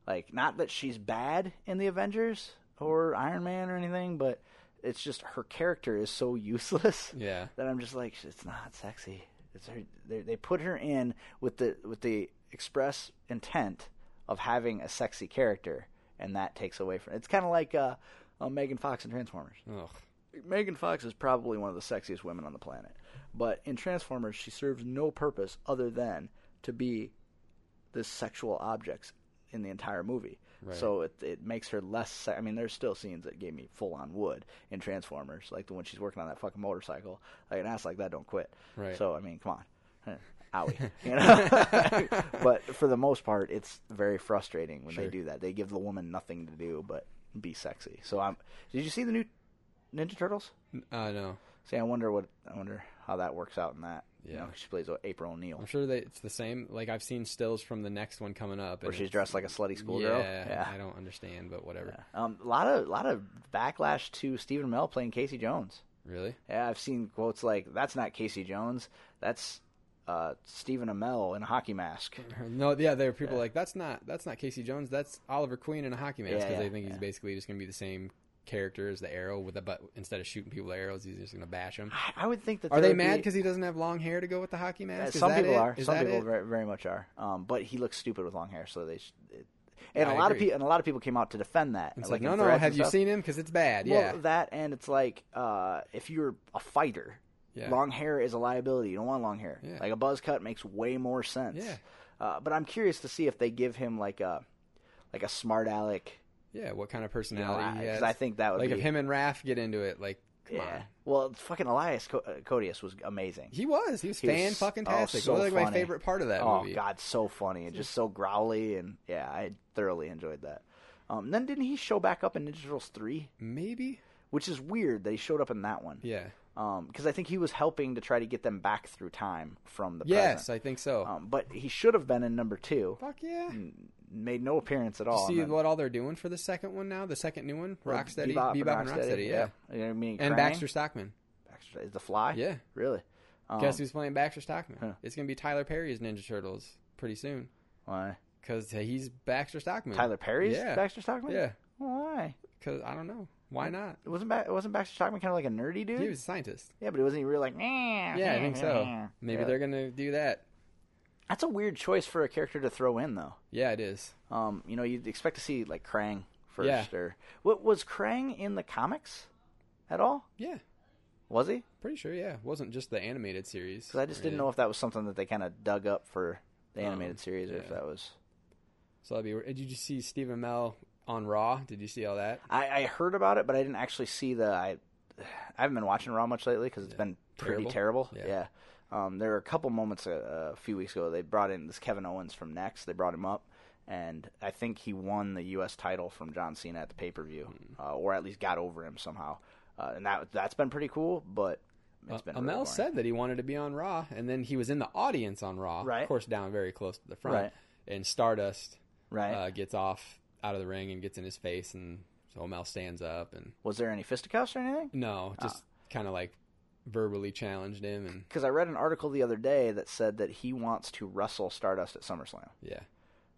Speaker 2: like, not that she's bad in the Avengers or Iron Man or anything, but it's just her character is so useless
Speaker 3: Yeah. Yeah.
Speaker 2: that I'm just like, it's not sexy. It's her. They, they put her in with the with the express intent of having a sexy character, and that takes away from. It's kind of like uh, uh, Megan Fox in Transformers.
Speaker 3: Ugh.
Speaker 2: Megan Fox is probably one of the sexiest women on the planet. But in Transformers, she serves no purpose other than to be the sexual objects in the entire movie. So it it makes her less. Se- I mean, there's still scenes that gave me full on wood in Transformers, like the when she's working on that fucking motorcycle. Like an ass like that don't quit.
Speaker 3: Right.
Speaker 2: So I mean, come on. Huh. Owie, you know. but for the most part, it's very frustrating when they do that. They give the woman nothing to do but be sexy. So I'm. Did you see the new Ninja Turtles?
Speaker 3: Uh no.
Speaker 2: See, I wonder what I wonder how that works out in that. You
Speaker 3: Yeah. Oh,
Speaker 2: know, she plays April O'Neil,
Speaker 3: I'm sure that it's the same. Like I've seen stills from the next one coming up.
Speaker 2: where
Speaker 3: and
Speaker 2: she's
Speaker 3: it's-
Speaker 2: dressed like a slutty schoolgirl.
Speaker 3: yeah, I don't understand, but whatever.
Speaker 2: Um, a lot of lot of backlash to Stephen Mel playing Casey Jones.
Speaker 3: Really?
Speaker 2: Yeah, I've seen quotes like, "That's not Casey Jones. That's uh, Stephen Amell in a hockey mask."
Speaker 3: No, yeah, there were people like that's not that's not Casey Jones, that's Oliver Queen in a hockey mask
Speaker 2: Yeah,
Speaker 3: because they
Speaker 2: yeah,
Speaker 3: think he's basically just gonna be the same character as the Arrow with the but instead of shooting people with arrows, he's just gonna bash them.
Speaker 2: I- I would think that
Speaker 3: Are
Speaker 2: there
Speaker 3: they
Speaker 2: would
Speaker 3: mad
Speaker 2: be-
Speaker 3: because he doesn't have long hair to go with the hockey
Speaker 2: Uh,
Speaker 3: mask? Is
Speaker 2: some
Speaker 3: that
Speaker 2: people
Speaker 3: it?
Speaker 2: are.
Speaker 3: Is
Speaker 2: some
Speaker 3: that
Speaker 2: people
Speaker 3: it?
Speaker 2: very, very much are. Um, but he looks stupid with long hair, so they. Sh- it, and
Speaker 3: Yeah,
Speaker 2: a
Speaker 3: I
Speaker 2: lot of
Speaker 3: agree.
Speaker 2: people and a lot of people came out to defend that.
Speaker 3: It's like,
Speaker 2: in
Speaker 3: no, no.
Speaker 2: threads
Speaker 3: Have
Speaker 2: and
Speaker 3: you
Speaker 2: stuff.
Speaker 3: seen him? Because it's bad. Yeah,
Speaker 2: Well, that and it's like uh, if you're a fighter,
Speaker 3: Yeah.
Speaker 2: long hair is a liability. You don't want long hair.
Speaker 3: Yeah.
Speaker 2: Like a buzz cut makes way more sense.
Speaker 3: Yeah.
Speaker 2: Uh, but I'm curious to see if they give him like a like a smart aleck.
Speaker 3: yeah. What kind of personality?
Speaker 2: I-
Speaker 3: he
Speaker 2: 'cause
Speaker 3: has.
Speaker 2: I think that would
Speaker 3: like
Speaker 2: be-
Speaker 3: if him and Raph get into it. Like, come on.
Speaker 2: Well, it's fucking Elias Co- uh, Codius was amazing.
Speaker 3: He was. He was
Speaker 2: He was
Speaker 3: fan fucking tastic.
Speaker 2: oh, so
Speaker 3: like my
Speaker 2: funny.
Speaker 3: favorite part of that
Speaker 2: oh,
Speaker 3: movie.
Speaker 2: god, so funny and just so growly and yeah, I thoroughly enjoyed that. Um, then didn't he show back up in Ninja Turtles three?
Speaker 3: Maybe.
Speaker 2: which is weird that he showed up in that one.
Speaker 3: Yeah.
Speaker 2: because Um, I think he was helping to try to get them back through time from the
Speaker 3: Yes,
Speaker 2: present.
Speaker 3: I think so.
Speaker 2: um, but he should have been in number two.
Speaker 3: Fuck yeah.
Speaker 2: Made no appearance at all.
Speaker 3: See
Speaker 2: and then-
Speaker 3: what all they're doing for the second one now, the second new one, Rocksteady, Bebop, and Rocksteady, yeah,
Speaker 2: You know what I mean?
Speaker 3: and
Speaker 2: Krang?
Speaker 3: Baxter Stockman.
Speaker 2: Baxter is the Fly.
Speaker 3: Yeah.
Speaker 2: really. Um,
Speaker 3: Guess who's playing Baxter Stockman?
Speaker 2: Huh.
Speaker 3: It's gonna be Tyler Perry's Ninja Turtles pretty soon
Speaker 2: why?
Speaker 3: because he's Baxter Stockman.
Speaker 2: Tyler Perry's
Speaker 3: Yeah.
Speaker 2: Baxter Stockman.
Speaker 3: Yeah,
Speaker 2: Why?
Speaker 3: because I don't know why not.
Speaker 2: It wasn't ba- wasn't Baxter Stockman kind of like a nerdy dude?
Speaker 3: He was a scientist.
Speaker 2: yeah, but it wasn't he really like. Yeah,
Speaker 3: Yeah, I think so. Maybe
Speaker 2: Yeah.
Speaker 3: they're gonna do that.
Speaker 2: That's a weird choice for a character to throw in though.
Speaker 3: Yeah, it is.
Speaker 2: Um, you know, you'd expect to see like Krang first
Speaker 3: Yeah.
Speaker 2: or what was Krang in the comics at all?
Speaker 3: Yeah,
Speaker 2: Was he?
Speaker 3: pretty sure. Yeah, it wasn't just the animated series.
Speaker 2: Because I just didn't know if that was something that they kind of dug up for the animated
Speaker 3: Um,
Speaker 2: series or if
Speaker 3: yeah.
Speaker 2: that was.
Speaker 3: So that'd be. Did you see Stephen Mel on Raw? Did you see all that?
Speaker 2: I, I heard about it, but I didn't actually see the. I, I haven't been watching Raw much lately because it's been pretty terrible.
Speaker 3: Terrible.
Speaker 2: Yeah.
Speaker 3: Yeah.
Speaker 2: Um, there were a couple moments uh, a, a few weeks ago. They brought in this Kevin Owens from Next. They brought him up, and I think he won the U.S. title from John Cena at the pay per view,
Speaker 3: Hmm.
Speaker 2: uh, or at least got over him somehow. Uh, and that that's been pretty cool, but it's been
Speaker 3: Uh,
Speaker 2: really
Speaker 3: Amel
Speaker 2: boring.
Speaker 3: said that he wanted to be on Raw, and then he was in the audience on Raw,
Speaker 2: Right.
Speaker 3: of course, down very close to the front.
Speaker 2: Right.
Speaker 3: And Stardust
Speaker 2: right.
Speaker 3: uh, gets off out of the ring and gets in his face, and so Amel stands up and
Speaker 2: was there any fisticuffs or anything?
Speaker 3: no, just
Speaker 2: Ah.
Speaker 3: kind of like verbally challenged him, and
Speaker 2: Because I read an article the other day that said that he wants to wrestle Stardust at SummerSlam.
Speaker 3: yeah,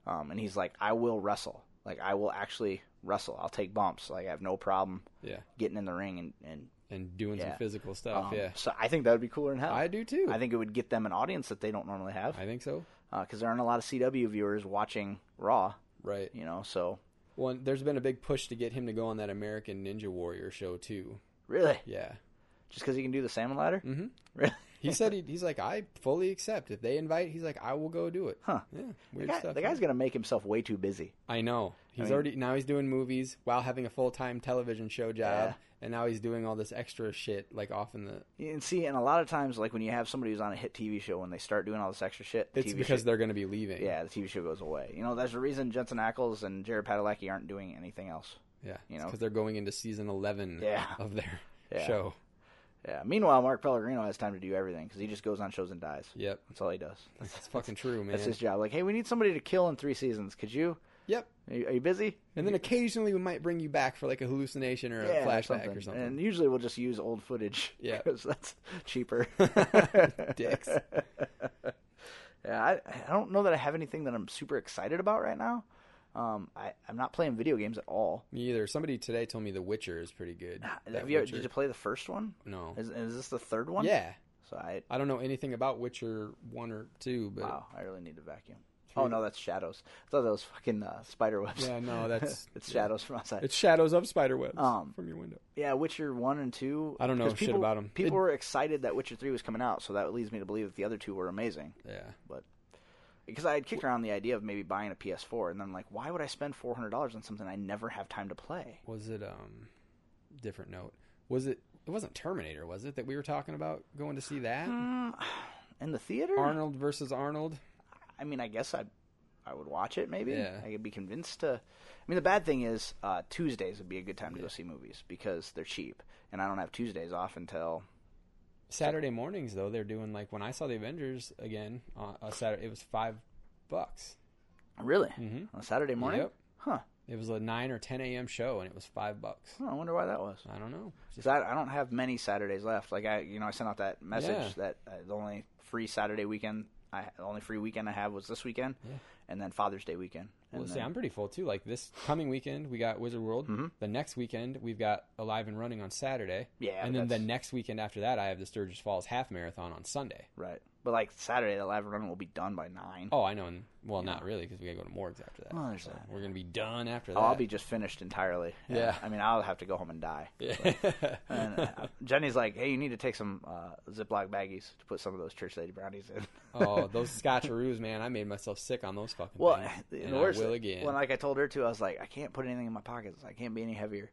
Speaker 2: Um, and he's like, I will wrestle. Like, I will actually wrestle. I'll take bumps. Like, I have no problem
Speaker 3: yeah,
Speaker 2: getting in the ring and, and
Speaker 3: and doing
Speaker 2: Yeah.
Speaker 3: some physical stuff.
Speaker 2: um,
Speaker 3: Oh, yeah,
Speaker 2: So I think that would be cooler than hell.
Speaker 3: I do too.
Speaker 2: I think it would get them an audience that they don't normally have
Speaker 3: I think so.
Speaker 2: because there aren't a lot of CW viewers watching Raw,
Speaker 3: Right.
Speaker 2: you know. So
Speaker 3: Well, and there's been a big push to get him to go on that American Ninja Warrior show too.
Speaker 2: really,
Speaker 3: Yeah.
Speaker 2: just because he can do the salmon ladder, mm-hmm. really,
Speaker 3: He said he, he's like I fully accept if they invite. He's like I will go do it.
Speaker 2: Huh.
Speaker 3: Yeah.
Speaker 2: the,
Speaker 3: Weird
Speaker 2: guy,
Speaker 3: stuff.
Speaker 2: the guy's gonna make himself way too busy.
Speaker 3: I know. He's
Speaker 2: mean-
Speaker 3: already now he's doing movies while having a full time television show job,
Speaker 2: Yeah.
Speaker 3: and now he's doing all this extra shit like off in the.
Speaker 2: And see, and a lot of times, like when you have somebody who's on a hit TV show, when they start doing all this extra shit, the
Speaker 3: It's
Speaker 2: TV
Speaker 3: because
Speaker 2: show,
Speaker 3: they're going to be leaving.
Speaker 2: yeah, the TV show goes away. You know, there's a reason Jensen Ackles and Jared Padalecki aren't doing anything else.
Speaker 3: yeah.
Speaker 2: You know.
Speaker 3: because they're going into season eleven.
Speaker 2: Yeah.
Speaker 3: of their
Speaker 2: Yeah.
Speaker 3: show.
Speaker 2: Yeah. Meanwhile, Mark Pellegrino has time to do everything because he just goes on shows and dies.
Speaker 3: Yep,
Speaker 2: That's all he does.
Speaker 3: that's fucking true, man.
Speaker 2: That's his job. Like, hey, we need somebody to kill in three seasons. Could you?
Speaker 3: Yep.
Speaker 2: Are you, are you busy?
Speaker 3: And then occasionally we might bring you back for like a hallucination or a
Speaker 2: Yeah,
Speaker 3: flashback or something.
Speaker 2: And usually we'll just use old footage.
Speaker 3: Yeah.
Speaker 2: because that's cheaper.
Speaker 3: Dicks.
Speaker 2: Yeah, I, I don't know that I have anything that I'm super excited about right now. Um, I, I'm not playing video games at all.
Speaker 3: Me either. Somebody today told me The Witcher is pretty good. That
Speaker 2: Ah, have you,
Speaker 3: Witcher-
Speaker 2: did you play the first one?
Speaker 3: No.
Speaker 2: Is, is this the third one?
Speaker 3: Yeah.
Speaker 2: So I
Speaker 3: I don't know anything about Witcher one or two, but
Speaker 2: wow, I really need to vacuum. Oh no, that's shadows. I thought that was fucking uh, spider webs.
Speaker 3: yeah, no, that's
Speaker 2: it's
Speaker 3: yeah.
Speaker 2: shadows from outside.
Speaker 3: It's shadows of spider webs
Speaker 2: Um,
Speaker 3: from your window.
Speaker 2: Yeah, Witcher one and two.
Speaker 3: I don't know
Speaker 2: 'cause
Speaker 3: shit
Speaker 2: people-
Speaker 3: about 'em.
Speaker 2: People
Speaker 3: It-
Speaker 2: were excited that Witcher three was coming out, so that leads me to believe that the other two were amazing.
Speaker 3: Yeah.
Speaker 2: But because I had kicked around the idea of maybe buying a PS4, and then I'm like, why would I spend four hundred dollars on something I never have time to play?
Speaker 3: Was it um different note? Was it it wasn't Terminator, was it that we were talking about going to see that?
Speaker 2: Hmm. In the theater,
Speaker 3: Arnold versus Arnold.
Speaker 2: I mean, I guess I, I would watch it. Maybe
Speaker 3: Yeah.
Speaker 2: I could be convinced to. I mean, the bad thing is uh, Tuesdays would be a good time to go see movies because they're cheap, and I don't have Tuesdays off until
Speaker 3: Saturday mornings though, they're doing like when I saw the Avengers again on a Saturday it was 5 bucks.
Speaker 2: really on Saturday morning.
Speaker 3: Mm-hmm.
Speaker 2: Huh.
Speaker 3: Yep. It was a 9 or 10 a.m. show and it was 5 bucks.
Speaker 2: Huh, I wonder why that was.
Speaker 3: I don't know.
Speaker 2: Because I, I don't have many Saturdays left. Like I, you know, I sent out that message
Speaker 3: Yeah.
Speaker 2: that uh, the only free Saturday weekend, I the only free weekend I have was this weekend, and then Father's Day weekend. And
Speaker 3: Well, see,
Speaker 2: then-
Speaker 3: I'm pretty full too. Like this coming weekend, we got Wizard World.
Speaker 2: Mm-hmm.
Speaker 3: The next weekend, we've got Alive and Running on Saturday.
Speaker 2: Yeah,
Speaker 3: and
Speaker 2: but
Speaker 3: then the
Speaker 2: that's-
Speaker 3: next weekend after that, I have the Sturgis Falls Half Marathon on Sunday.
Speaker 2: right, but like Saturday, the live run will be done by nine.
Speaker 3: Oh, I know. And, well, not really, because we gotta go to Morgs after that.
Speaker 2: Well, there's that.
Speaker 3: We're gonna be done after that.
Speaker 2: Oh, I'll be just finished entirely.
Speaker 3: Yeah.
Speaker 2: I mean, I'll have to go home and die. and uh, Jenny's like, "Hey, you need to take some uh, Ziploc baggies to put some of those church lady brownies in."
Speaker 3: oh, those Scotcheroos, man! I made myself sick on those fucking
Speaker 2: Well,
Speaker 3: things.
Speaker 2: the
Speaker 3: And I
Speaker 2: worst.
Speaker 3: will again.
Speaker 2: When like I told her to, I was like, I can't put anything in my pockets. I can't be any heavier.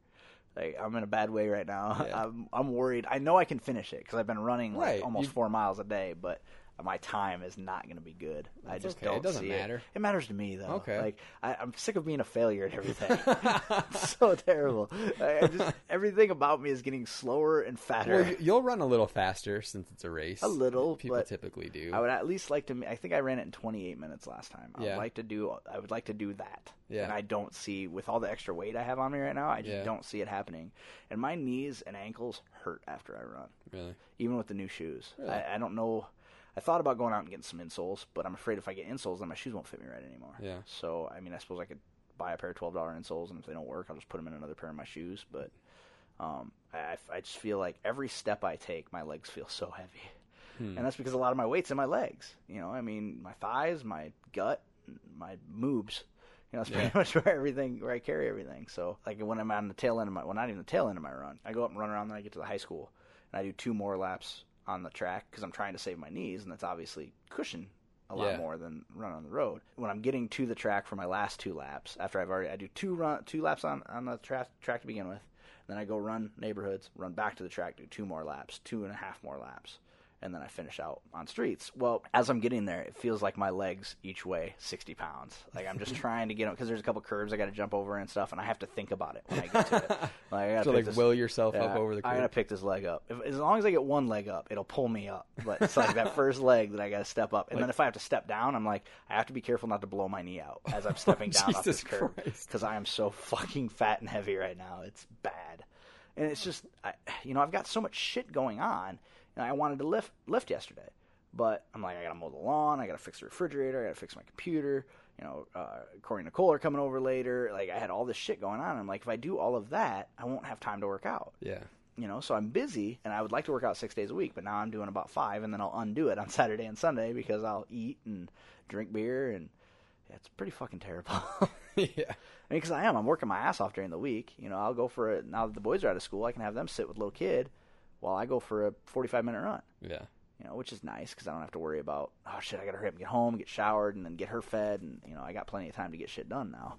Speaker 2: Like I'm in a bad way right now.
Speaker 3: Yeah.
Speaker 2: I'm I'm worried. I know I can finish it because I've been running like
Speaker 3: Right.
Speaker 2: almost
Speaker 3: You-
Speaker 2: four miles a day, but my time is not going to be good. I
Speaker 3: That's
Speaker 2: just
Speaker 3: okay. It
Speaker 2: don't.
Speaker 3: doesn't
Speaker 2: see
Speaker 3: matter.
Speaker 2: It. it matters to me though.
Speaker 3: Okay.
Speaker 2: Like I, I'm sick of being a failure at everything. It's so terrible. I, I just everything about me is getting slower and fatter.
Speaker 3: Well, you- you'll run a little faster since it's a race.
Speaker 2: A little,
Speaker 3: People
Speaker 2: but
Speaker 3: typically do.
Speaker 2: I would at least like to. I think I ran it in 28 minutes last time. I
Speaker 3: Yeah.
Speaker 2: would like to do. I would like to do that.
Speaker 3: Yeah.
Speaker 2: And I don't see with all the extra weight I have on me right now. I just
Speaker 3: Yeah.
Speaker 2: don't see it happening. And my knees and ankles hurt after I run,
Speaker 3: really.
Speaker 2: even with the new shoes. I, I don't know. I thought about going out and getting some insoles, but I'm afraid if I get insoles, then my shoes won't fit me right anymore.
Speaker 3: Yeah.
Speaker 2: So I mean, I suppose I could buy a pair of twelve dollar insoles, and if they don't work, I'll just put them in another pair of my shoes. But um, I- I, I just feel like every step I take, my legs feel so heavy, and that's because a lot of my weight's in my legs. You know, I mean, my thighs, my gut, my moobs. You know, that's pretty much where everything, where I carry everything. So, like when I'm on the tail end of my, well, not even the tail end of my run, I go up and run around, then I get to the high school, and I do two more laps on the track because I'm trying to save my knees, and that's obviously cushion a lot
Speaker 3: Yeah.
Speaker 2: more than run on the road. When I'm getting to the track for my last two laps, after I've already I do two run two laps on on the track track to begin with, then I go run neighborhoods, run back to the track, do two more laps, two and a half more laps, and then I finish out on streets. Well, as I'm getting there, it feels like my legs each way 60 pounds. Like I'm just trying to get them because there's a couple curves I got to jump over and stuff, and I have to think about it when I get to it. Like, I gotta
Speaker 3: So,
Speaker 2: pick
Speaker 3: like, will yourself up
Speaker 2: yeah,
Speaker 3: over the
Speaker 2: I gotta
Speaker 3: curb.
Speaker 2: pick this leg up. If, as long as I get one leg up, it'll pull me up. But it's like that first leg that I gotta step up, and then if I have to step down, I'm like, I have to be careful not to blow my knee out as I'm stepping down off
Speaker 3: Jesus
Speaker 2: this curb
Speaker 3: Christ.
Speaker 2: because I am so fucking fat and heavy right now. It's bad, and it's just, I, you know, I've got so much shit going on, and I wanted to lift lift yesterday, but I'm like, I gotta mow the lawn, I gotta fix the refrigerator, I gotta fix my computer. You know, uh, Corey and Nicole are coming over later. Like, I had all this shit going on. I'm like, if I do all of that, I won't have time to work out
Speaker 3: Yeah.
Speaker 2: you know so i'm busy and i would like to work out six days a week but now i'm doing about five and then i'll undo it on saturday and sunday because i'll eat and drink beer and yeah, it's pretty fucking terrible i mean
Speaker 3: yeah.
Speaker 2: because i am i'm working my ass off during the week you know i'll go for a now that the boys are out of school i can have them sit with little kid while i go for a 45 minute run
Speaker 3: Yeah.
Speaker 2: you know which is nice because i don't have to worry about oh shit i gotta hurry up and get home get showered and then get her fed and you know i got plenty of time to get shit done now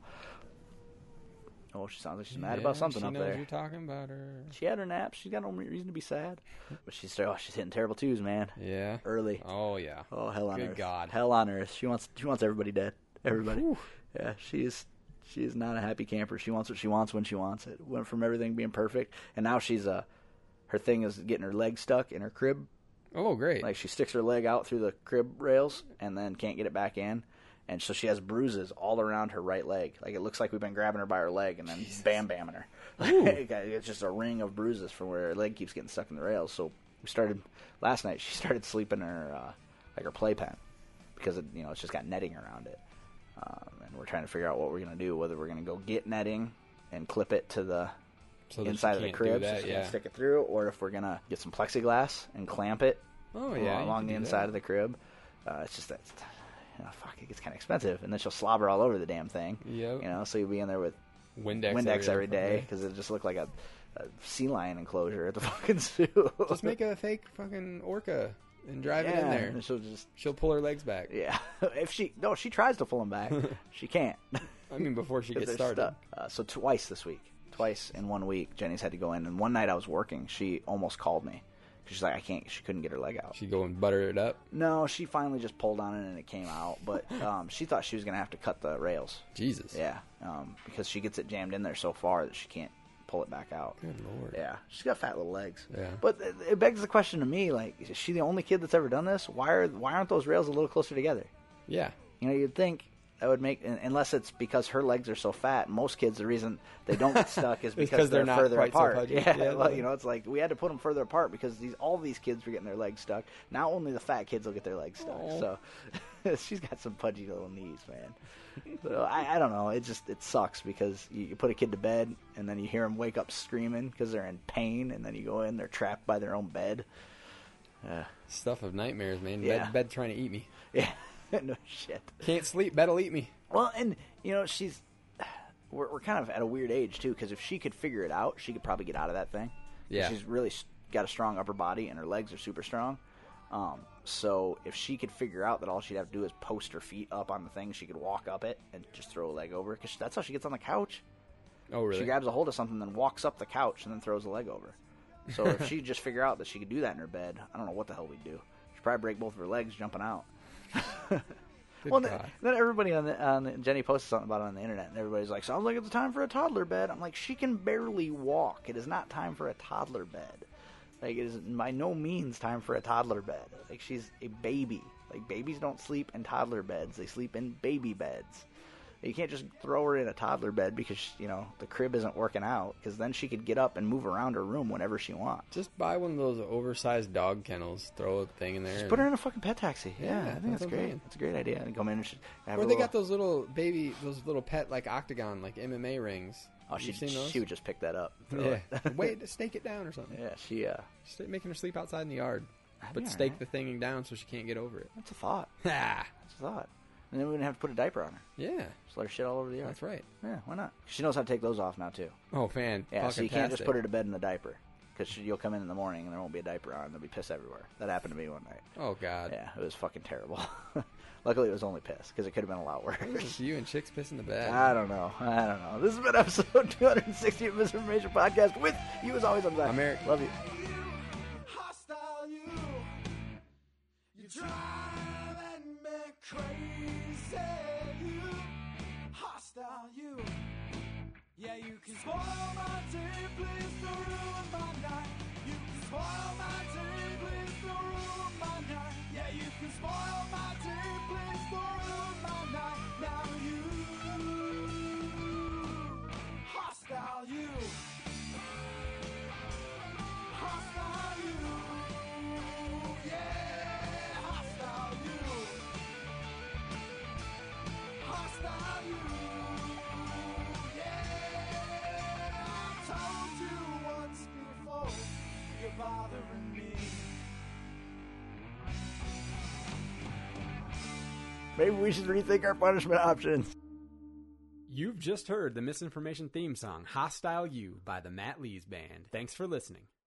Speaker 2: oh she sounds like she's mad about
Speaker 3: Yeah,
Speaker 2: something
Speaker 3: she
Speaker 2: up
Speaker 3: knows
Speaker 2: there
Speaker 3: You're talking about her.
Speaker 2: she had her nap. She's got no reason to be sad. But she's oh, she's hitting terrible twos, man.
Speaker 3: Yeah.
Speaker 2: Early.
Speaker 3: Oh yeah.
Speaker 2: Er, Oh hell on
Speaker 3: Good
Speaker 2: earth.
Speaker 3: God.
Speaker 2: Hell on earth. She wants she wants everybody dead. Everybody. Yeah. She's she's not a happy camper. She wants what she wants when she wants it. Went from everything being perfect, and now she's uh her thing is getting her leg stuck in her crib.
Speaker 3: Oh great.
Speaker 2: Like she sticks her leg out through the crib rails and then can't get it back in. And so she has bruises all around her right leg. Like it looks like we've been grabbing her by her leg and then bam bamming her. Like, it's just a ring of bruises from where her leg keeps getting stuck in the rails. So we started last night. She started sleeping in her uh, like her playpen because it, you know it's just got netting around it. Um, and we're trying to figure out what we're gonna do. Whether we're gonna go get netting and clip it to the
Speaker 3: so that she
Speaker 2: inside of the
Speaker 3: can't do
Speaker 2: crib, so
Speaker 3: That,
Speaker 2: she
Speaker 3: yeah.
Speaker 2: can stick it through, or if we're gonna get some plexiglass and clamp it
Speaker 3: Oh,
Speaker 2: al-
Speaker 3: yeah, you
Speaker 2: along
Speaker 3: could
Speaker 2: the
Speaker 3: do
Speaker 2: inside
Speaker 3: that.
Speaker 2: of the crib. Uh, it's just that, you know, fuck, it gets kind of expensive, and then she'll slobber all over the damn thing.
Speaker 3: Yep.
Speaker 2: You know, so you'll be in there with
Speaker 3: Windex.
Speaker 2: Windex every day
Speaker 3: fucking
Speaker 2: because it just looked like a, a sea lion enclosure at the fucking zoo.
Speaker 3: Just make a fake fucking orca and drive
Speaker 2: yeah,
Speaker 3: it in there.
Speaker 2: And she'll just.
Speaker 3: She'll pull her legs back.
Speaker 2: Yeah, if she no, she tries to pull them back. she can't.
Speaker 3: I mean, before she
Speaker 2: If
Speaker 3: gets
Speaker 2: they're
Speaker 3: started.
Speaker 2: stuck. Uh, so twice this week, twice in one week, Jenny's had to go in. And one night I was working, she almost called me. 'Cause She's like, I can't. She couldn't get her leg out.
Speaker 3: She go and butter it up.
Speaker 2: No, she finally just pulled on it and it came out. But um, she thought she was gonna have to cut the rails.
Speaker 3: Jesus.
Speaker 2: Yeah, um, because she gets it jammed in there so far that she can't pull it back out.
Speaker 3: Good lord.
Speaker 2: Yeah, she's got fat little legs.
Speaker 3: Yeah.
Speaker 2: But it- it begs the question to me: like, is she the only kid that's ever done this? Why are why aren't those rails a little closer together?
Speaker 3: Yeah.
Speaker 2: You know, you'd think that would make, un- unless it's because her legs are so fat. Most kids, the reason they don't get stuck is
Speaker 3: It's
Speaker 2: because
Speaker 3: 'cause they're
Speaker 2: they're,
Speaker 3: not
Speaker 2: further
Speaker 3: quite so
Speaker 2: apart.
Speaker 3: pudgy.
Speaker 2: yeah,
Speaker 3: Yeah.
Speaker 2: well, you know, it's like we had to put them further apart because these all these kids were getting their legs stuck. Now only the fat kids will get their legs stuck. So she's got some pudgy little knees, man. So I, I don't know. It just it sucks because you, you put a kid to bed and then you hear them wake up screaming because they're in pain, and then you go in, they're trapped by their own bed.
Speaker 3: Stuff of nightmares, man.
Speaker 2: Yeah.
Speaker 3: Bed, bed trying to eat me.
Speaker 2: Yeah, no shit.
Speaker 3: Can't sleep. Bed'll eat me.
Speaker 2: Well, and you know she's we're, we're kind of at a weird age too because if she could figure it out, she could probably get out of that thing. 'Cause
Speaker 3: Yeah.
Speaker 2: she's really s- got a strong upper body and her legs are super strong. Um, so if she could figure out that all she'd have to do is post her feet up on the thing, she could walk up it and just throw a leg over because that's how she gets on the couch.
Speaker 3: Oh really?
Speaker 2: She grabs a hold of something, then walks up the couch and then throws a leg over. So if she just figure out that she could do that in her bed, I don't know what the hell we'd do. She'd She'd probably break both of her legs jumping out.
Speaker 3: Good
Speaker 2: well,
Speaker 3: God.
Speaker 2: then, then everybody on the, on the, Jenny posted something about it on the internet, and everybody's like, "Sounds like it's time for a toddler bed." I'm like, she can barely walk. It is not time for a toddler bed. Like it is by no means time for a toddler bed. Like she's a baby. Like babies don't sleep in toddler beds. They sleep in baby beds. You can't just throw her in a toddler bed because you know the crib isn't working out. Because then she could get up and move around her room whenever she wants.
Speaker 3: Just buy one of those oversized dog kennels. Throw a thing in there.
Speaker 2: Just
Speaker 3: and-
Speaker 2: put her in a fucking pet taxi. Yeah,
Speaker 3: Yeah,
Speaker 2: I think
Speaker 3: that's
Speaker 2: that's
Speaker 3: what I'm
Speaker 2: great.
Speaker 3: saying.
Speaker 2: That's a great idea. And come in and she- have
Speaker 3: Or
Speaker 2: her
Speaker 3: they
Speaker 2: little-
Speaker 3: got those little baby, those little pet like octagon, like MMA rings.
Speaker 2: Oh,
Speaker 3: You
Speaker 2: she
Speaker 3: seen those?
Speaker 2: she would just pick that up. and throw
Speaker 3: yeah.
Speaker 2: it.
Speaker 3: Wait, to stake it down or something.
Speaker 2: yeah, she. Uh,
Speaker 3: Just making her sleep outside in the yard,
Speaker 2: be
Speaker 3: but
Speaker 2: all
Speaker 3: stake
Speaker 2: right.
Speaker 3: the thing down so she can't get over it.
Speaker 2: that's a thought.
Speaker 3: Ah,
Speaker 2: That's a thought. And then we wouldn't have to put a diaper on her.
Speaker 3: yeah,
Speaker 2: Just let her shit all over the yard.
Speaker 3: that's right.
Speaker 2: Yeah, why not? She knows how to take those off now too.
Speaker 3: Oh man,
Speaker 2: Yeah, so you can't just
Speaker 3: Fucking-tastic.
Speaker 2: put her to bed in a diaper because you'll come in in the morning and there won't be a diaper on. There'll be piss everywhere. That happened to me one night.
Speaker 3: Oh god,
Speaker 2: Yeah, it was fucking terrible. Luckily, it was only piss because it could have been a lot
Speaker 3: It's
Speaker 2: worse.
Speaker 3: just you and chicks pissing the bed.
Speaker 2: I don't know. I don't know. This has been episode 260 of Misinformation Podcast with you as always. I'm Zach.
Speaker 3: I'm Eric.
Speaker 2: Love you.
Speaker 1: hostile you. You driving me crazy. You hostile you. Yeah, you can spoil my day, please don't ruin my night. You can spoil my day, please don't ruin my night. Yeah, you can spoil my day, please don't ruin my night. Now you hostile you. Hostile you, yeah, hostile you, hostile you, yeah. I told you once before, you're bothering me.
Speaker 2: Maybe we should rethink our punishment options.
Speaker 4: You've just heard the misinformation theme song, Hostile You, by the Matt Lees Band. Thanks for listening.